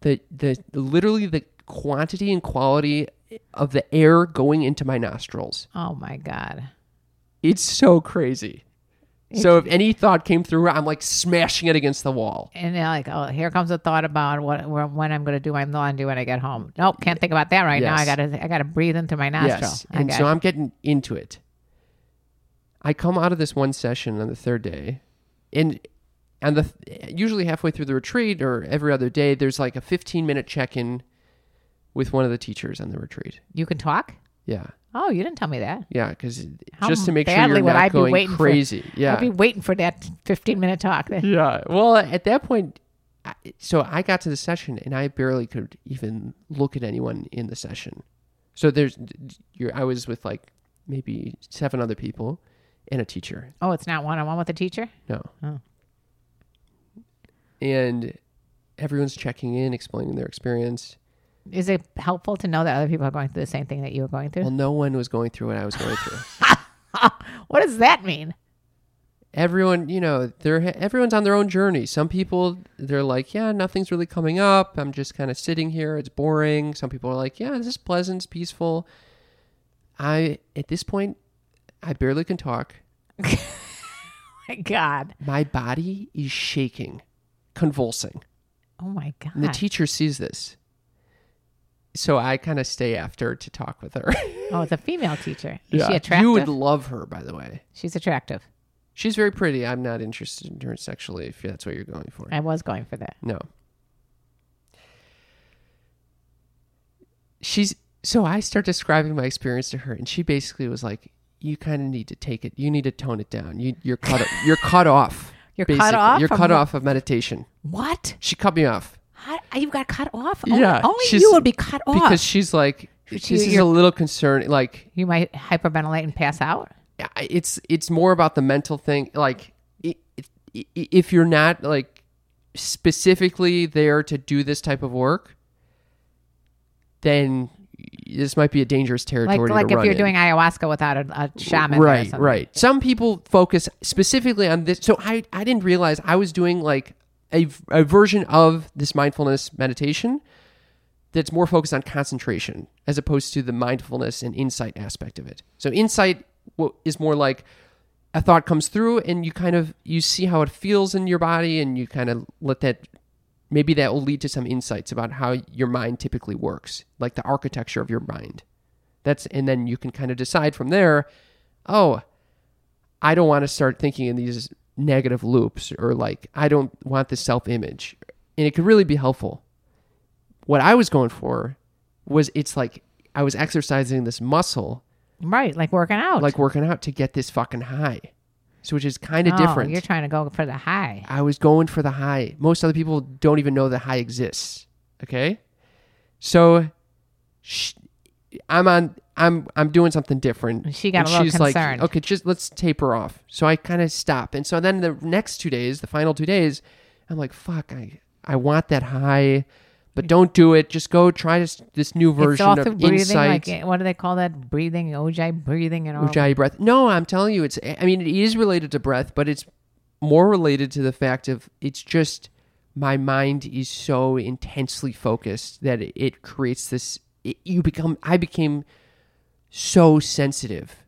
Speaker 3: The the literally the quantity and quality of the air going into my nostrils.
Speaker 2: Oh my god!
Speaker 3: It's so crazy. So if any thought came through, I'm like smashing it against the wall.
Speaker 2: And they're like, oh, here comes a thought about what where- when I'm going to do my laundry when I get home. Nope, can't think about that right now. I got
Speaker 3: Yes.
Speaker 2: to I got to breathe into my nostril.
Speaker 3: Yes.
Speaker 2: I
Speaker 3: And
Speaker 2: got
Speaker 3: so
Speaker 2: you.
Speaker 3: I'm getting into it. I come out of this one session on the third day, and and the usually halfway through the retreat or every other day, there's like a 15 minute check in with one of the teachers on the retreat.
Speaker 2: you can talk.
Speaker 3: Yeah,
Speaker 2: Oh, you didn't tell me that.
Speaker 3: yeah, because
Speaker 2: How
Speaker 3: just to make sure
Speaker 2: badly
Speaker 3: you're
Speaker 2: would
Speaker 3: not
Speaker 2: I be
Speaker 3: going
Speaker 2: waiting for-
Speaker 3: crazy. yeah,
Speaker 2: I'd be waiting for that 15 minute talk.
Speaker 3: yeah. Well, at that point, I, so I got to the session and I barely could even look at anyone in the session. So there's, you're, I was with like maybe seven other people and a teacher.
Speaker 2: Oh, it's not one on one with the teacher.
Speaker 3: No.
Speaker 2: Oh.
Speaker 3: And everyone's checking in, explaining their experience.
Speaker 2: Is it helpful to know that other people are going through the same thing that you were going through?
Speaker 3: Well, no one was going through what I was going through.
Speaker 2: what does that mean?
Speaker 3: everyone you know they're everyone's on their own journey some people they're like yeah nothing's really coming up i'm just kind of sitting here it's boring some people are like yeah this is pleasant it's peaceful i at this point i barely can talk
Speaker 2: My God.
Speaker 3: my body is shaking convulsing
Speaker 2: Oh my God.
Speaker 3: and the teacher sees this so i kind of stay after to talk with her
Speaker 2: oh, it's a female teacher. Is she
Speaker 3: you
Speaker 2: attractive?
Speaker 3: would love her by the way
Speaker 2: She's attractive.
Speaker 3: she's very pretty i'm not interested in her sexually if that's what you're going for
Speaker 2: I was going for that.
Speaker 3: No. she's so I start describing my experience to her, and she basically was like, "You kind of need to take it. You need to tone it down. You, you're cut. You're cut off.
Speaker 2: You're cut off
Speaker 3: You're
Speaker 2: from
Speaker 3: cut
Speaker 2: the-
Speaker 3: off of meditation."
Speaker 2: What?
Speaker 3: She cut me off.
Speaker 2: How, ah, you got cut off? Only, only
Speaker 3: she's-
Speaker 2: you would be cut off.
Speaker 3: because she's like,
Speaker 2: She-
Speaker 3: "This is
Speaker 2: you're-
Speaker 3: a little concern. Like,
Speaker 2: you might hyperventilate and pass out.
Speaker 3: I- it's it's more about the mental thing. Like, i- i- i- if you're not like specifically there to do this type of work, then." This might be a dangerous
Speaker 2: Like,
Speaker 3: territory. to
Speaker 2: like if
Speaker 3: run
Speaker 2: you're
Speaker 3: in.
Speaker 2: doing ayahuasca without a, a shaman. or
Speaker 3: right
Speaker 2: something.
Speaker 3: right some people focus specifically on this so i i didn't realize i was doing like a, a version of this mindfulness meditation that's more focused on concentration as opposed to the mindfulness and insight aspect of it so insight wo- is more like a thought comes through and you kind of you see how it feels in your body and you kind of let that maybe that will lead to some insights about how your mind typically works like the architecture of your mind that's and then you can kind of decide from there oh i don't want to start thinking in these negative loops or like i don't want this self image and it could really be helpful what i was going for was it's like i was exercising this muscle
Speaker 2: Right. Like working out.
Speaker 3: like working out to get this fucking high so which is kind of
Speaker 2: Oh,
Speaker 3: different
Speaker 2: You're trying to go for the high.
Speaker 3: I was going for the high. Most other people don't even know the high exists. Okay, so sh- I'm on. I'm I'm doing something different.
Speaker 2: And she got a little
Speaker 3: she's
Speaker 2: concerned.
Speaker 3: Like, okay, just let's taper off. So I kind of stop, and so then the next two days, the final two days, I'm like, fuck, I I want that high, but don't do it. Just go try this this new
Speaker 2: It's all
Speaker 3: version
Speaker 2: through
Speaker 3: of
Speaker 2: breathing.
Speaker 3: insight.
Speaker 2: Like eh, what do they call that? Breathing, ojai breathing, and all.
Speaker 3: Ujjayi breath. No, I'm telling you, it's. I mean, it is related to breath, but it's more related to the fact of it's just my mind is so intensely focused that it, it creates this. It, you become. I became so sensitive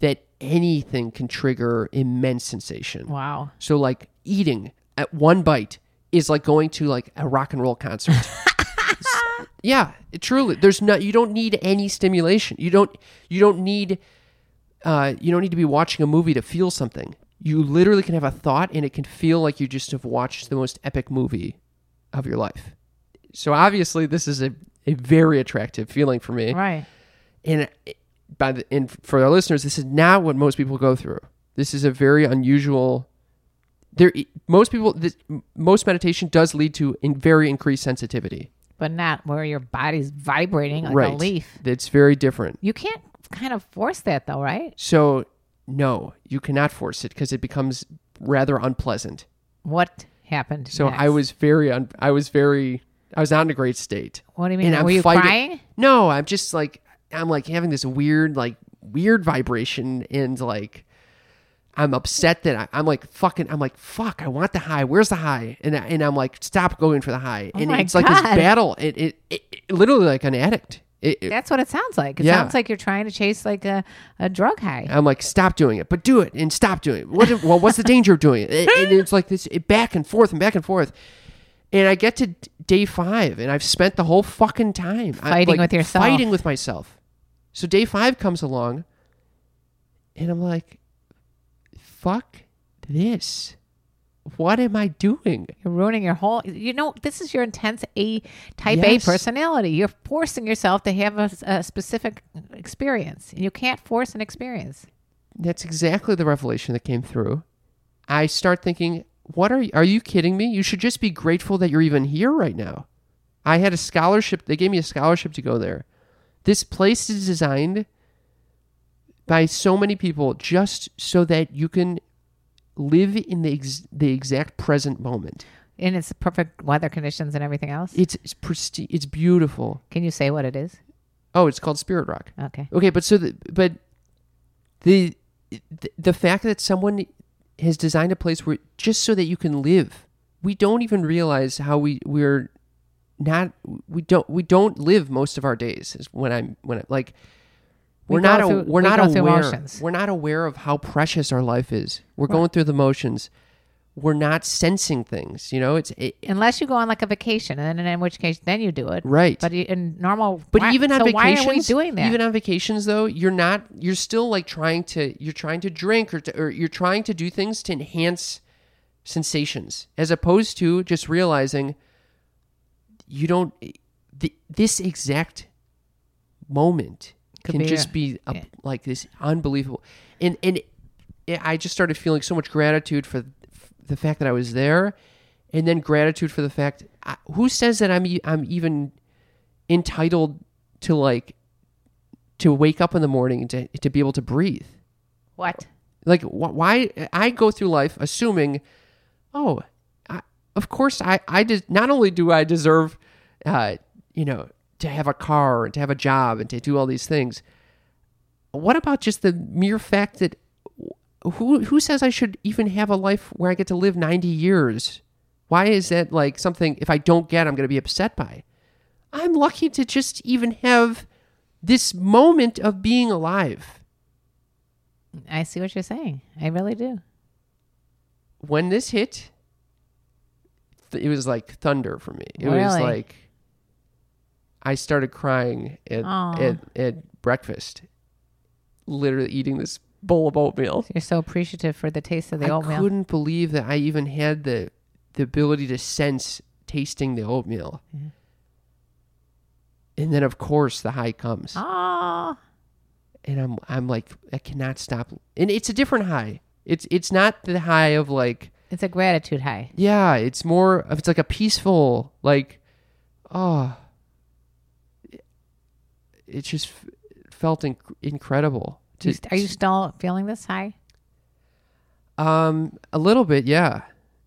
Speaker 3: that anything can trigger immense sensation.
Speaker 2: Wow.
Speaker 3: So like eating at one bite is like going to like a rock and roll concert. S- yeah, it truly. There's no you don't need any stimulation. You don't you don't need uh you don't need to be watching a movie to feel something. You literally can have a thought and it can feel like you just have watched the most epic movie of your life. So obviously this is a, a very attractive feeling for me
Speaker 2: Right.
Speaker 3: and it- by the and for our listeners, this is not what most people go through. This is a very unusual. There, e, most people, this, most meditation does lead to in very increased sensitivity.
Speaker 2: But not where your body's vibrating like a leaf.
Speaker 3: It's very different.
Speaker 2: You can't kind of force that though, right?
Speaker 3: So no, you cannot force it because it becomes rather unpleasant.
Speaker 2: What happened?
Speaker 3: So I
Speaker 2: next?
Speaker 3: was very, un, I was very, I was not in a great state.
Speaker 2: What do you mean?
Speaker 3: And I'm
Speaker 2: Were you
Speaker 3: fighting-
Speaker 2: crying?
Speaker 3: No, I'm just like I'm like having this weird like weird vibration and like I'm upset that I, I'm like fucking I'm like fuck I want the high where's the high and I, and I'm like stop going for the high and
Speaker 2: Oh my
Speaker 3: it's like this
Speaker 2: God.
Speaker 3: battle it it, it, it- literally like an addict it, it-
Speaker 2: That's what it sounds like. It
Speaker 3: Yeah.
Speaker 2: sounds like you're trying to chase like a, a drug high.
Speaker 3: I'm like stop doing it but do it and stop doing it what if- well what's the danger of doing it and it's like this it back and forth and back and forth and I get to d- day five and I've spent the whole fucking time I-
Speaker 2: Fighting
Speaker 3: like,
Speaker 2: with yourself.
Speaker 3: fighting with myself. So day five comes along, and I'm like, "Fuck this! What am I doing?"
Speaker 2: You're ruining your whole. You know, this is your intense A type
Speaker 3: Yes.
Speaker 2: A personality. You're forcing yourself to have a, a specific experience, and you can't force an experience.
Speaker 3: That's exactly the revelation that came through. I start thinking, "What are you? Are you kidding me? You should just be grateful that you're even here right now." I had a scholarship. They gave me a scholarship to go there. This place is designed by so many people just so that you can live in the ex- the exact present moment.
Speaker 2: And it's perfect weather conditions and everything else.
Speaker 3: It's it's, presti- it's beautiful.
Speaker 2: Can you say what it is?
Speaker 3: Oh, it's called Spirit Rock.
Speaker 2: Okay.
Speaker 3: Okay, but so the, but the the fact that someone has designed a place where just so that you can live, we don't even realize how we we're not we don't we don't live most of our days is when I'm when I, like
Speaker 2: We
Speaker 3: we're
Speaker 2: go
Speaker 3: not a-
Speaker 2: through-
Speaker 3: we're
Speaker 2: we
Speaker 3: not
Speaker 2: go through
Speaker 3: aware
Speaker 2: motions.
Speaker 3: we're not aware of how precious our life is. We're going through the motions. We're not sensing things. You know, it's it,
Speaker 2: Unless you go on like a vacation, and then in which case, then you do it.
Speaker 3: Right.
Speaker 2: But you- in normal,
Speaker 3: But
Speaker 2: why-
Speaker 3: even on
Speaker 2: so
Speaker 3: vacations,
Speaker 2: why are we doing that?
Speaker 3: Even on vacations, though, you're not. You're still like trying to. You're trying to drink or, to, or you're trying to do things to enhance sensations, as opposed to just realizing you don't. The, this exact moment
Speaker 2: Could
Speaker 3: can
Speaker 2: be
Speaker 3: just
Speaker 2: a-
Speaker 3: be a,
Speaker 2: yeah.
Speaker 3: like this unbelievable, and and it, I just started feeling so much gratitude for the fact that I was there, and then gratitude for the fact I, who says that I'm e- I'm even entitled to like to wake up in the morning and to to be able to breathe
Speaker 2: What?
Speaker 3: like wh- why i go through life assuming oh I, of course i i just not only do i deserve uh you know to have a car and to have a job and to do all these things what about just the mere fact that who who says i should even have a life where i get to live 90 years why is that like something if i don't get i'm going to be upset by i'm lucky to just even have this moment of being alive
Speaker 2: I see what you're saying. I really do.
Speaker 3: when this hit, th- it was like thunder for me. It was
Speaker 2: Really?
Speaker 3: like I started crying at,
Speaker 2: Aw.
Speaker 3: at at breakfast, literally eating this bowl of oatmeal.
Speaker 2: You're so appreciative for the taste of the
Speaker 3: I
Speaker 2: oatmeal.
Speaker 3: couldn't believe that I even had the the ability to sense tasting the oatmeal.
Speaker 2: Mm-hmm.
Speaker 3: And then of course the high comes.
Speaker 2: Oh,
Speaker 3: And I'm I'm like I cannot stop. And it's a different high. It's it's not the high of like
Speaker 2: it's a gratitude high.
Speaker 3: yeah, it's more of it's like a peaceful like oh it just f- felt inc- incredible.
Speaker 2: Do you
Speaker 3: To,
Speaker 2: st- are you still feeling this high?
Speaker 3: um a little bit, yeah.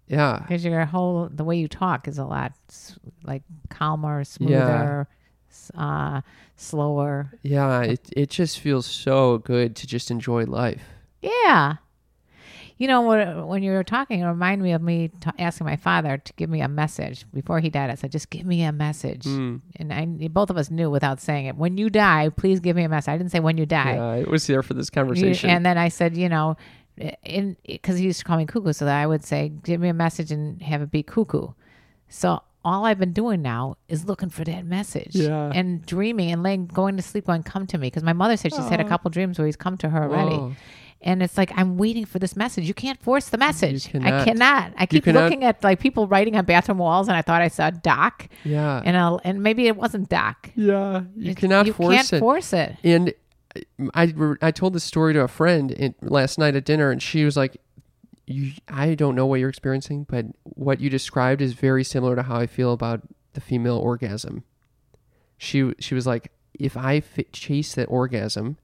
Speaker 3: Yeah.
Speaker 2: Because your whole the way you talk is a lot s- like calmer, smoother, s uh, slower.
Speaker 3: Yeah, it it just feels so good to just enjoy life.
Speaker 2: Yeah. You know, when, when you were talking, it reminded me of me t- asking my father to give me a message. Before he died, I said, just give me a message. And I, both of us knew without saying it. When you die, please give me a message. I didn't say when you die.
Speaker 3: Yeah, I was there for this
Speaker 2: You-
Speaker 3: conversation.
Speaker 2: and then I said, you know, in because he used to call me cuckoo, so that I would say, give me a message and have it be cuckoo. So all I've been doing now is looking for that message
Speaker 3: Yeah.
Speaker 2: and dreaming and laying, going to sleep going, come to me. Because my mother said she's had a couple dreams where he's come to her already.
Speaker 3: Whoa.
Speaker 2: And it's like I'm waiting for this message. You can't force the message. I
Speaker 3: cannot.
Speaker 2: cannot. I keep
Speaker 3: cannot-
Speaker 2: looking at like people writing on bathroom walls, and I thought I saw Doc,
Speaker 3: yeah.
Speaker 2: and I'll, and maybe it wasn't Doc.
Speaker 3: yeah, you
Speaker 2: It's-
Speaker 3: cannot
Speaker 2: you
Speaker 3: force
Speaker 2: can't
Speaker 3: it.
Speaker 2: force it.
Speaker 3: And I, I, I told this story to a friend in, last night at dinner, and she was like, you, I don't know what you're experiencing, but what you described is very similar to how I feel about the female orgasm. She she was like, if I f- chase that orgasm,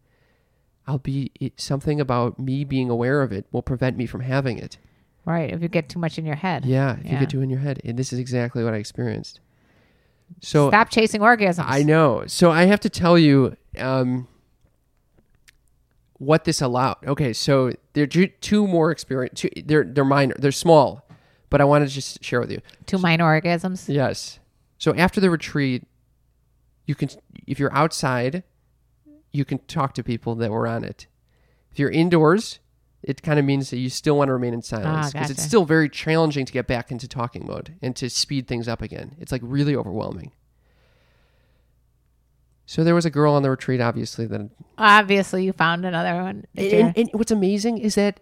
Speaker 3: I'll be it, something about me being aware of it will prevent me from having it.
Speaker 2: Right. If you get too much in your head.
Speaker 3: Yeah, if you
Speaker 2: Yeah.
Speaker 3: get to in your head, and this is exactly what I experienced. So
Speaker 2: Stop chasing orgasms.
Speaker 3: Oh. I know. So I have to tell you um, what this allowed. Okay, so there are ju- two more experience. Two, they're they're minor. They're small, but I want to just share with you.
Speaker 2: Two minor orgasms.
Speaker 3: Yes. So after the retreat, you can if you're outside, you can talk to people that were on it. If you're indoors, it kind of means that you still want to remain in silence
Speaker 2: Ah,
Speaker 3: because it's
Speaker 2: gotcha.
Speaker 3: still very challenging to get back into talking mode and to speed things up again. It's like really overwhelming. So there was a girl on the retreat, obviously, that
Speaker 2: Obviously, you found another one. Did you-
Speaker 3: and, and what's amazing is that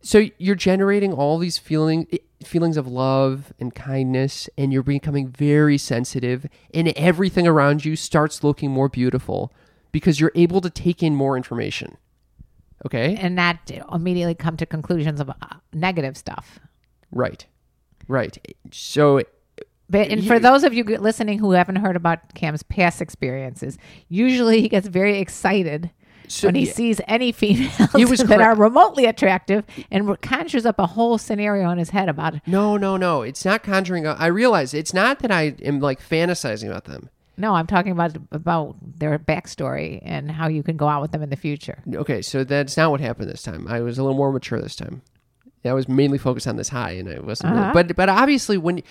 Speaker 3: so you're generating all these feeling eh, feelings of love and kindness and you're becoming very sensitive and everything around you starts looking more beautiful because you're able to take in more information okay
Speaker 2: and not immediately come to conclusions of uh, negative stuff.
Speaker 3: right right so
Speaker 2: But and for those of you g- listening who haven't heard about Cam's past experiences, usually he gets very excited
Speaker 3: So-
Speaker 2: when he
Speaker 3: yeah.
Speaker 2: sees any females
Speaker 3: It was
Speaker 2: that
Speaker 3: cra-
Speaker 2: are remotely attractive and re- conjures up a whole scenario in his head about
Speaker 3: no no no it's not conjuring up i realize it's not that i am like fantasizing about them
Speaker 2: no, I'm talking about about their backstory and how you can go out with them in the future.
Speaker 3: Okay, so that's not what happened this time. I was a little more mature this time. I was mainly focused on this high, and I wasn't.
Speaker 2: Uh-huh.
Speaker 3: really- but but obviously when,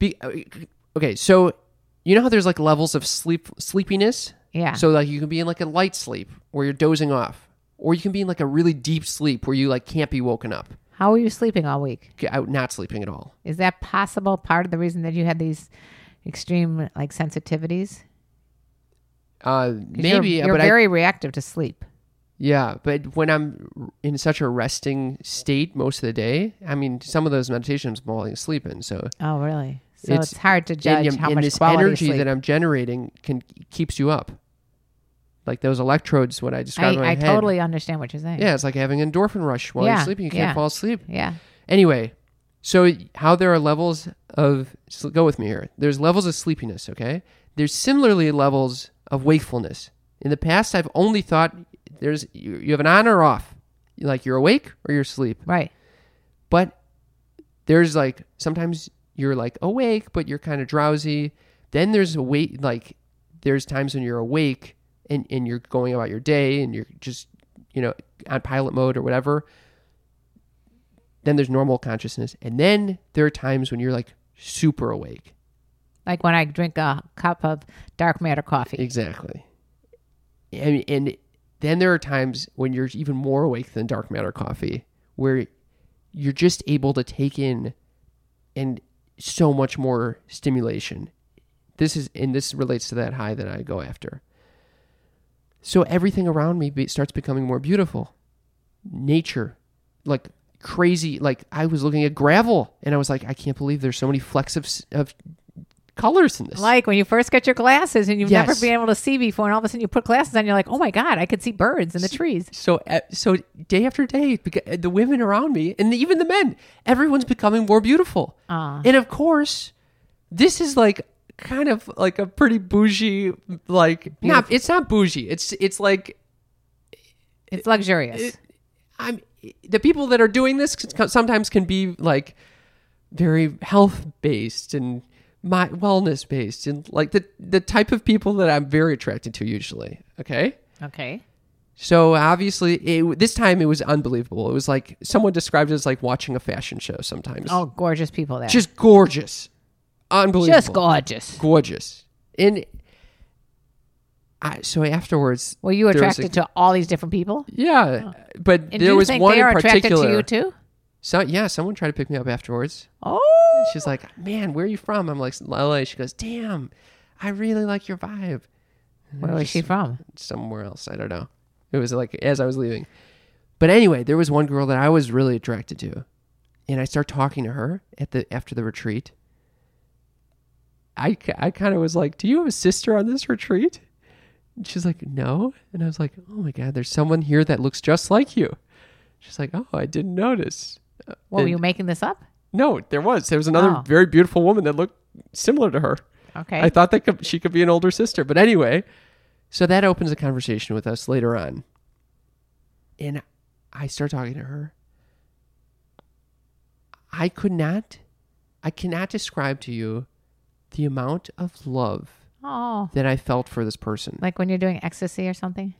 Speaker 3: be, okay, so you know how there's like levels of sleep sleepiness.
Speaker 2: Yeah.
Speaker 3: So like you can be in like a light sleep where you're dozing off, or you can be in like a really deep sleep where you like can't be woken up,
Speaker 2: How are you sleeping all week?
Speaker 3: Okay, I- not sleeping at all.
Speaker 2: Is that possible? Part of the reason that you had these extreme like sensitivities?
Speaker 3: Uh,
Speaker 2: 'Cause you're-
Speaker 3: maybe,
Speaker 2: you're,
Speaker 3: but I-
Speaker 2: very reactive to sleep.
Speaker 3: Yeah, but when I'm in such a resting state most of the day, I mean, some of those meditations I'm falling asleep in. So
Speaker 2: Oh, really? So it's, hard to
Speaker 3: and
Speaker 2: judge
Speaker 3: you-
Speaker 2: how
Speaker 3: and
Speaker 2: much
Speaker 3: this
Speaker 2: quality
Speaker 3: energy
Speaker 2: sleep.
Speaker 3: that I'm generating can keeps you up. Like those electrodes, what I described. in my
Speaker 2: I, I
Speaker 3: head.
Speaker 2: totally understand what you're saying.
Speaker 3: Yeah, it's like having an endorphin rush while
Speaker 2: Yeah,
Speaker 3: you're sleeping. You can't
Speaker 2: yeah.
Speaker 3: fall asleep.
Speaker 2: Yeah.
Speaker 3: Anyway, so how there are levels of so go with me here. There's levels of sleepiness, okay? There's similarly levels of wakefulness. In the past, I've only thought there's you, you have an on or off, like you're awake or you're asleep.
Speaker 2: Right.
Speaker 3: But there's like sometimes you're like awake, but you're kind of drowsy. Then there's a wait like there's times when you're awake and and you're going about your day and you're just you know on pilot mode or whatever. Then there's normal consciousness, and then there are times when you're like super awake.
Speaker 2: Like when I drink a cup of dark matter coffee.
Speaker 3: Exactly. And, and then there are times when you're even more awake than dark matter coffee, where you're just able to take in and so much more stimulation. This is and this relates to that high that I go after. So everything around me be, starts becoming more beautiful. Nature, like crazy. Like I was looking at gravel, and I was like, I can't believe there's so many flecks of s- of colors in this.
Speaker 2: Like when you first get your glasses and you've never
Speaker 3: Yes.
Speaker 2: been able to see before, and all of a sudden you put glasses on, you're like, oh my God, I could see birds in the trees.
Speaker 3: So uh, so day after day, beca- the women around me and even the men, everyone's becoming more beautiful. And of course, this is like kind of like a pretty bougie like not it's not bougie. It's it's like
Speaker 2: It's luxurious.
Speaker 3: I'm the people that are doing this sometimes can be like very health based and my wellness based and like the the type of people that I'm very attracted to usually. Okay?
Speaker 2: okay.
Speaker 3: So obviously, it, this time it was unbelievable. It was like someone described it as like watching a fashion show sometimes.
Speaker 2: Oh, gorgeous people there.
Speaker 3: just gorgeous, unbelievable,
Speaker 2: Just gorgeous.
Speaker 3: gorgeous. And I, so afterwards,
Speaker 2: Were you
Speaker 3: there was
Speaker 2: attracted
Speaker 3: a-
Speaker 2: to all these different people?
Speaker 3: Yeah, but
Speaker 2: And do
Speaker 3: there
Speaker 2: you
Speaker 3: was
Speaker 2: think
Speaker 3: one
Speaker 2: they
Speaker 3: in
Speaker 2: are attracted
Speaker 3: particular.
Speaker 2: to you too?
Speaker 3: So yeah, someone tried to pick me up afterwards.
Speaker 2: Oh,
Speaker 3: She's like, "Man, where are you from?" I'm like, "LA." She goes, "Damn, I really like your vibe."
Speaker 2: where was she from?
Speaker 3: somewhere else. I don't know. It was like as I was leaving. But anyway, there was one girl that I was really attracted to. And I start talking to her at the after the retreat. I, I kind of was like, "Do you have a sister on this retreat?" And she's like, "No." And I was like, "Oh my god, there's someone here that looks just like you." She's like, "Oh, I didn't notice." Uh,
Speaker 2: What were
Speaker 3: and-
Speaker 2: you making this up?
Speaker 3: No, there was. There was another
Speaker 2: Oh.
Speaker 3: very beautiful woman that looked similar to her.
Speaker 2: Okay.
Speaker 3: I thought that could, she could be an older sister. But anyway, so that opens a conversation with us later on. And I start talking to her. I could not, I cannot describe to you the amount of love
Speaker 2: oh,
Speaker 3: that I felt for this person.
Speaker 2: like when you're doing ecstasy or something.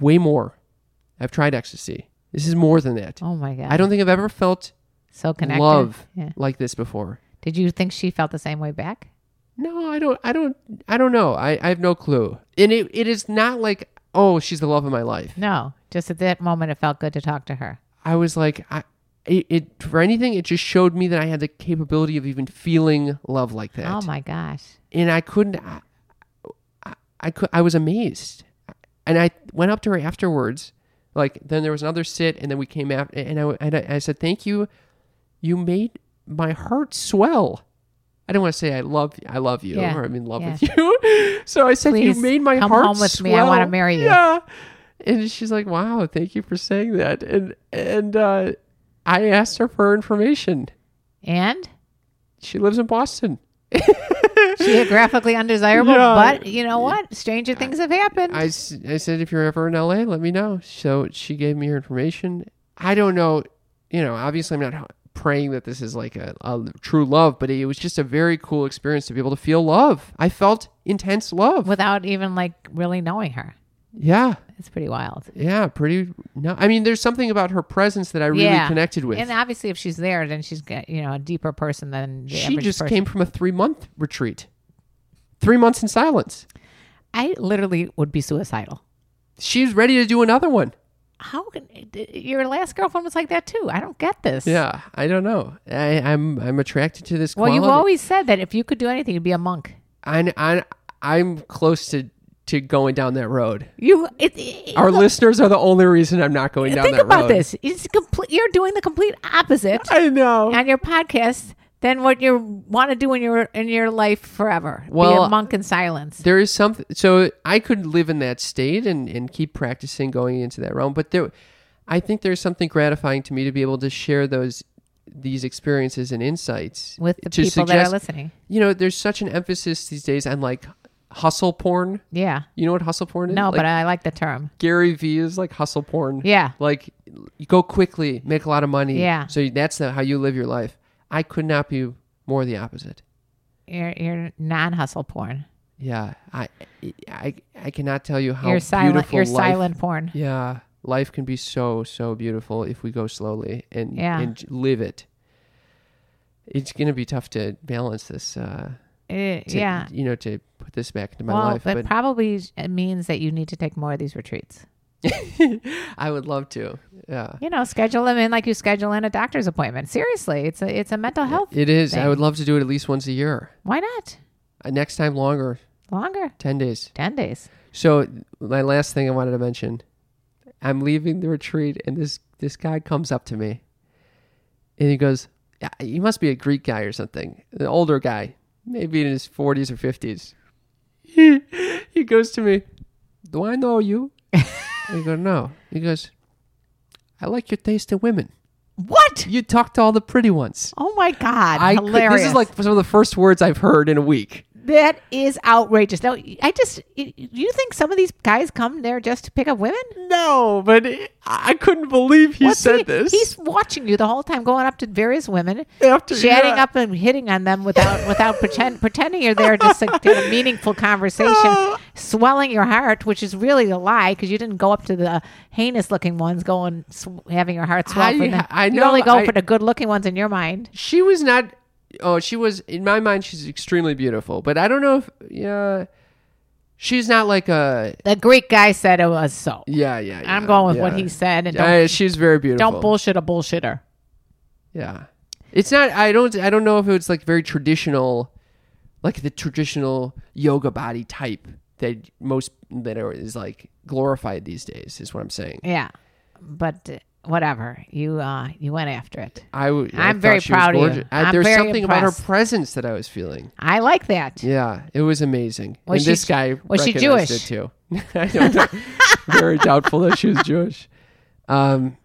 Speaker 3: Way more. I've tried ecstasy. This is more than that.
Speaker 2: Oh my god.
Speaker 3: I don't think I've ever felt
Speaker 2: so connected.
Speaker 3: love
Speaker 2: Yeah.
Speaker 3: like this before.
Speaker 2: Did you think she felt the same way back?
Speaker 3: No, I don't. I don't. I don't know. I, I have no clue. And it, it is not like oh, she's the love of my life.
Speaker 2: No. Just at that moment, it felt good to talk to her.
Speaker 3: I was like, I it, it for anything. It just showed me that I had the capability of even feeling love like that.
Speaker 2: Oh my gosh.
Speaker 3: And I couldn't. I, I, I could. I was amazed. And I went up to her afterwards. Like then there was another sit, and then we came out, and I and I, I said, "Thank you. You made my heart swell." I don't want to say I love I love you
Speaker 2: Yeah.
Speaker 3: or I'm in love
Speaker 2: Yeah.
Speaker 3: with you. So I said
Speaker 2: Please
Speaker 3: you made my
Speaker 2: come
Speaker 3: heart
Speaker 2: home with
Speaker 3: swell.
Speaker 2: me. I wanna marry you.
Speaker 3: Yeah. And she's like, "Wow, thank you for saying that." And and uh, I asked her for her information.
Speaker 2: And
Speaker 3: She lives in Boston.
Speaker 2: geographically undesirable,
Speaker 3: Yeah.
Speaker 2: but you know what? Stranger things have happened.
Speaker 3: I, s- I said, if you're ever in LA, let me know. So she gave me her information. I don't know, you know, obviously I'm not h- praying that this is like a, a true love, but it was just a very cool experience to be able to feel love. I felt intense love.
Speaker 2: without even like really knowing her.
Speaker 3: yeah.
Speaker 2: It's pretty wild.
Speaker 3: Yeah. Pretty. No, I mean, there's something about her presence that I really connected with.
Speaker 2: And obviously, if she's there, then she's got, you know a deeper person than the
Speaker 3: she
Speaker 2: average
Speaker 3: just
Speaker 2: person.
Speaker 3: came from a three month retreat, three months in silence.
Speaker 2: I literally would be suicidal.
Speaker 3: She's ready to do another one.
Speaker 2: How can your last girlfriend was like that too? I don't get this.
Speaker 3: Yeah, I don't know. I, I'm I'm attracted to this.
Speaker 2: Well, you've
Speaker 3: quality.
Speaker 2: always said that if you could do anything, you'd be a monk.
Speaker 3: I, I, I'm close to, to going down that road.
Speaker 2: You it, it-
Speaker 3: Our
Speaker 2: look,
Speaker 3: listeners are the only reason I'm not going down
Speaker 2: think
Speaker 3: that
Speaker 2: about
Speaker 3: road.
Speaker 2: this. It's complete. You're doing the complete opposite
Speaker 3: I know.
Speaker 2: on your podcast than what you want to do in your in your life forever. Be
Speaker 3: Well,
Speaker 2: a monk in silence.
Speaker 3: there is something so i could live in that state and, and keep practicing going into that realm but there i think there's something gratifying to me to be able to share those these experiences and insights
Speaker 2: With the
Speaker 3: to
Speaker 2: people that are listening.
Speaker 3: you know there's such an emphasis these days on like hustle porn
Speaker 2: Yeah.
Speaker 3: you know what hustle porn is
Speaker 2: No,
Speaker 3: Like,
Speaker 2: but I like the term.
Speaker 3: gary vee is like hustle porn
Speaker 2: Yeah.
Speaker 3: like you go quickly make a lot of money
Speaker 2: Yeah.
Speaker 3: so that's how you live your life i could not be more the opposite
Speaker 2: You're, you're non-hustle porn.
Speaker 3: yeah i i i cannot tell you how
Speaker 2: You're silent.
Speaker 3: beautiful
Speaker 2: You're
Speaker 3: life-
Speaker 2: silent porn.
Speaker 3: Yeah, life can be so so beautiful if we go slowly and
Speaker 2: Yeah.
Speaker 3: and j- live it. It's gonna be tough to balance this. Uh,
Speaker 2: Eh,
Speaker 3: to,
Speaker 2: yeah.
Speaker 3: you know, to put this back into my
Speaker 2: Well,
Speaker 3: life,
Speaker 2: that
Speaker 3: but
Speaker 2: probably means that you need to take more of these retreats.
Speaker 3: I would love to. Yeah,
Speaker 2: You know, schedule them in like you schedule in a doctor's appointment. Seriously, it's a it's a mental health.
Speaker 3: it is. I
Speaker 2: thing.
Speaker 3: would love to do it at least once a year.
Speaker 2: Why not
Speaker 3: Uh, next time longer,
Speaker 2: longer?
Speaker 3: ten days.
Speaker 2: Ten days.
Speaker 3: So my last thing I wanted to mention, I'm leaving the retreat, and this this guy comes up to me, and he goes, "Yeah, "You must be a Greek guy or something, an older guy, maybe in his 40s or 50s." He he goes to me, "Do I know you?" I go, "No." He goes, "I like your taste in women.
Speaker 2: What?
Speaker 3: You talk to all the pretty ones."
Speaker 2: Oh my god!
Speaker 3: I could-
Speaker 2: Hilarious.
Speaker 3: this is like some of the first words I've heard in a week.
Speaker 2: that is outrageous. Now, I just y- you think some of these guys come there just to pick up women?
Speaker 3: No, but I- I couldn't believe he
Speaker 2: What's
Speaker 3: said
Speaker 2: he-
Speaker 3: this.
Speaker 2: He's watching you the whole time, going up to various women,
Speaker 3: After-
Speaker 2: chatting
Speaker 3: yeah.
Speaker 2: up and hitting on them without without pretend pretending you're there just like, to have a meaningful conversation,
Speaker 3: Ah.
Speaker 2: swelling your heart, which is really a lie because you didn't go up to the heinous looking ones, going sw- having your heart swell.
Speaker 3: I-
Speaker 2: for them.
Speaker 3: I
Speaker 2: you
Speaker 3: know,
Speaker 2: only go
Speaker 3: I-
Speaker 2: for the good looking ones in your mind.
Speaker 3: she was not oh she was in my mind she's extremely beautiful but i don't know if yeah she's not like a
Speaker 2: The Greek guy said it was so.
Speaker 3: yeah yeah, yeah
Speaker 2: I'm going with what
Speaker 3: yeah.
Speaker 2: he said, and don't,
Speaker 3: Yeah, she's very beautiful
Speaker 2: don't bullshit a bullshitter.
Speaker 3: yeah it's not i don't i don't know if it's like very traditional like the traditional yoga body type that most that are, is like glorified these days is what i'm saying
Speaker 2: Yeah, but uh, whatever you uh you went after it.
Speaker 3: I would. I
Speaker 2: I'm
Speaker 3: thought
Speaker 2: very
Speaker 3: she was
Speaker 2: proud of you.
Speaker 3: gorgeous. I-
Speaker 2: I'm
Speaker 3: There's
Speaker 2: very
Speaker 3: something about her
Speaker 2: impressed.
Speaker 3: presence that I was feeling.
Speaker 2: I like that.
Speaker 3: Yeah, it was amazing.
Speaker 2: Was
Speaker 3: and
Speaker 2: she-
Speaker 3: this guy
Speaker 2: was she
Speaker 3: recognized
Speaker 2: Jewish?
Speaker 3: It too. I don't know. Very doubtful that she was Jewish. Um,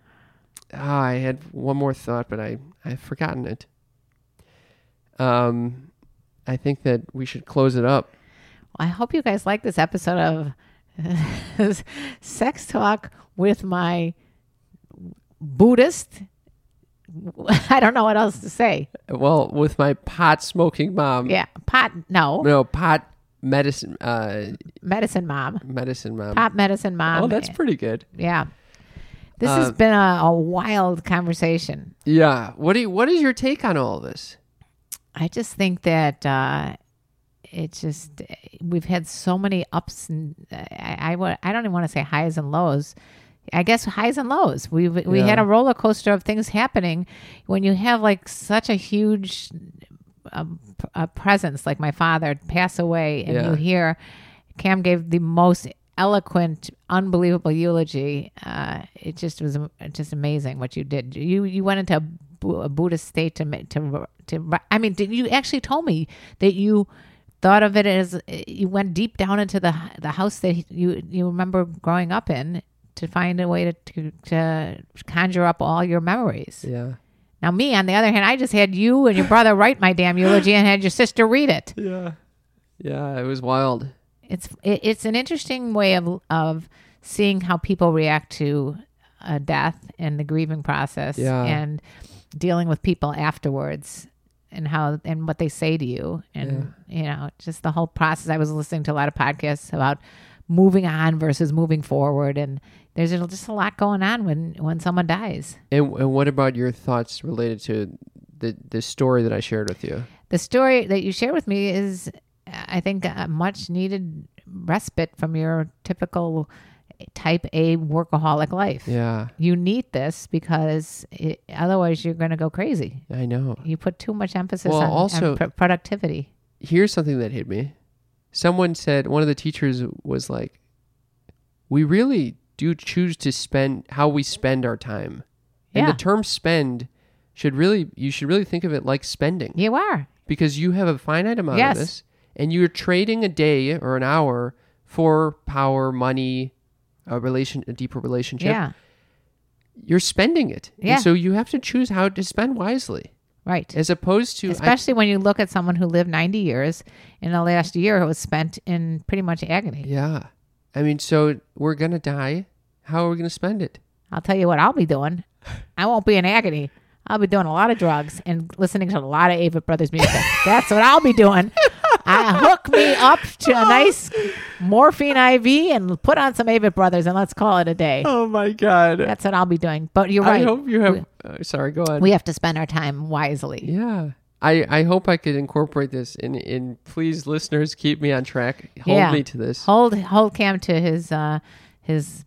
Speaker 3: ah, I had one more thought, but I I've forgotten it. Um, I think that we should close it up.
Speaker 2: I hope you guys like this episode of Sex Talk with my Buddhist. I don't know what else to say.
Speaker 3: Well, with my pot smoking mom.
Speaker 2: Yeah, pot. No,
Speaker 3: No pot medicine. Uh,
Speaker 2: medicine mom,
Speaker 3: medicine mom.
Speaker 2: pop medicine mom.
Speaker 3: oh, that's Uh, pretty good.
Speaker 2: yeah. This has been a, a wild conversation.
Speaker 3: Yeah. What do you, What is your take on all this?
Speaker 2: I just think that uh, it's just we've had so many ups and I I, wa- I don't even want to say highs and lows. I guess highs and lows. We we had a roller coaster of things happening. When you have like such a huge um, p- a presence, like my father pass away, and
Speaker 3: Yeah.
Speaker 2: you hear Cam gave the most eloquent, unbelievable eulogy. Uh, it just was um, just amazing what you did. You you went into a, Bu- a Buddhist state to ma- to to. I mean, did you actually told me that you thought of it as you went deep down into the the house that you you remember growing up in to find a way to to, to conjure up all your memories.
Speaker 3: Yeah.
Speaker 2: Now, me, on the other hand, I just had you and your brother write my damn eulogy and had your sister read it.
Speaker 3: Yeah. Yeah. It was wild.
Speaker 2: It's it, it's an interesting way of of seeing how people react to a death and the grieving process
Speaker 3: Yeah.
Speaker 2: and dealing with people afterwards and how and what they say to you and you know just the whole process. I was listening to a lot of podcasts about moving on versus moving forward and there's just a lot going on when when someone dies.
Speaker 3: And, and what about your thoughts related to the the story that I shared with you?
Speaker 2: the story that you share with me is i think a much needed respite from your typical type a workaholic life
Speaker 3: Yeah,
Speaker 2: you need this because it, otherwise you're going to go crazy
Speaker 3: I know.
Speaker 2: you put too much emphasis
Speaker 3: Well,
Speaker 2: on, on
Speaker 3: also-
Speaker 2: pro- productivity
Speaker 3: Here's something that hit me. Someone said one of the teachers was like, "We really do choose to spend how we spend our time." And
Speaker 2: Yeah.
Speaker 3: the term "spend" should really you should really think of it like spending
Speaker 2: You are.
Speaker 3: because you have a finite amount
Speaker 2: Yes.
Speaker 3: of this and you're trading a day or an hour for power, money, a relation a deeper relationship.
Speaker 2: Yeah.
Speaker 3: You're spending it. And
Speaker 2: Yeah.
Speaker 3: so you have to choose how to spend wisely
Speaker 2: Right.
Speaker 3: as opposed to I-
Speaker 2: Especially when you look at someone who lived 90 years in the last year who was spent in pretty much agony.
Speaker 3: yeah. I mean, so we're going to die. How are we going to spend it?
Speaker 2: I'll tell you what I'll be doing. I won't be in agony. I'll be doing a lot of drugs and listening to a lot of Avett Brothers music. That's what I'll be doing. I hook me up to a nice morphine IV and put on some Avett Brothers and let's call it a day.
Speaker 3: Oh my god.
Speaker 2: That's what I'll be doing. But you're right.
Speaker 3: I hope you have uh, sorry, go on.
Speaker 2: we have to spend our time wisely.
Speaker 3: Yeah. I, I hope I could incorporate this and in please listeners keep me on track. Hold
Speaker 2: Yeah.
Speaker 3: me to this.
Speaker 2: Hold hold Cam to his uh his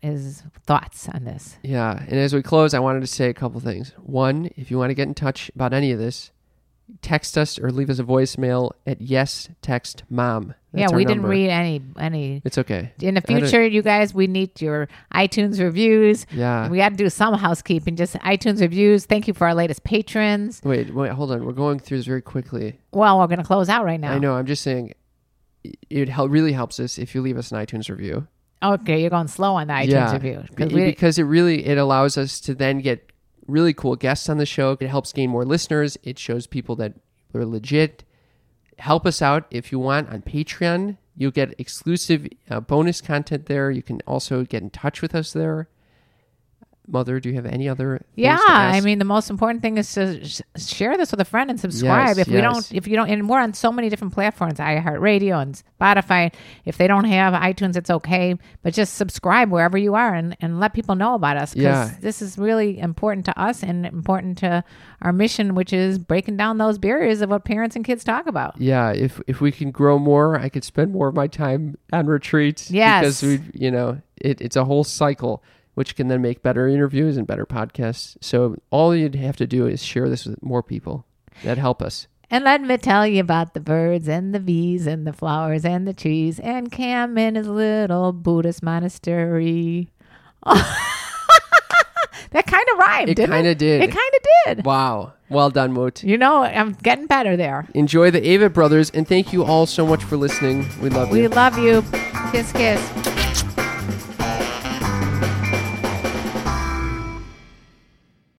Speaker 2: his thoughts on this.
Speaker 3: Yeah. And as we close, I wanted to say a couple things. One, if you want to get in touch about any of this, text us or leave us a voicemail at yes text mom.
Speaker 2: yeah, we didn't read any any
Speaker 3: It's okay.
Speaker 2: in the
Speaker 3: I don't-
Speaker 2: future, you guys, we need your iTunes reviews.
Speaker 3: Yeah.
Speaker 2: We got to do some housekeeping, just iTunes reviews. Thank you for our latest patrons.
Speaker 3: Wait, wait, hold on. We're going through this very quickly.
Speaker 2: Well, we're going to close out right now.
Speaker 3: I know. I'm just saying it- it hel- really helps us if you leave us an iTunes review.
Speaker 2: Okay, you're going slow on the iTunes
Speaker 3: yeah,
Speaker 2: review. 'Cause
Speaker 3: Be-
Speaker 2: we-
Speaker 3: because it really it allows us to then get really cool guests on the show. It helps gain more listeners. It shows people that they're legit. Help us out if you want on Patreon. You'll get exclusive uh, bonus content there. You can also get in touch with us there. Mother, do you have any other? things to
Speaker 2: yeah, I
Speaker 3: ask?
Speaker 2: mean, the most important thing is to sh- share this with a friend and subscribe.
Speaker 3: Yes,
Speaker 2: if we
Speaker 3: yes.
Speaker 2: don't, if you don't, and we're on so many different platforms, iHeartRadio and Spotify. If they don't have iTunes, it's okay, but just subscribe wherever you are and, and let people know about us. 'cause
Speaker 3: Yeah.
Speaker 2: this is really important to us and important to our mission, which is breaking down those barriers of what parents and kids talk about.
Speaker 3: yeah, if if we can grow more, I could spend more of my time on retreats.
Speaker 2: Yes.
Speaker 3: because we, you know, it, it's a whole cycle, which can then make better interviews and better podcasts. So all you'd have to do is share this with more people that help us.
Speaker 2: And let me tell you about the birds and the bees and the flowers and the trees and Cam in his little Buddhist monastery. that kind of rhymed.
Speaker 3: It
Speaker 2: didn't
Speaker 3: kinda did.
Speaker 2: It kind of did.
Speaker 3: Wow, well done, Moot.
Speaker 2: You know, I'm getting better there.
Speaker 3: Enjoy the Avett brothers, and thank you all so much for listening. We love you.
Speaker 2: We love you. Kiss, kiss.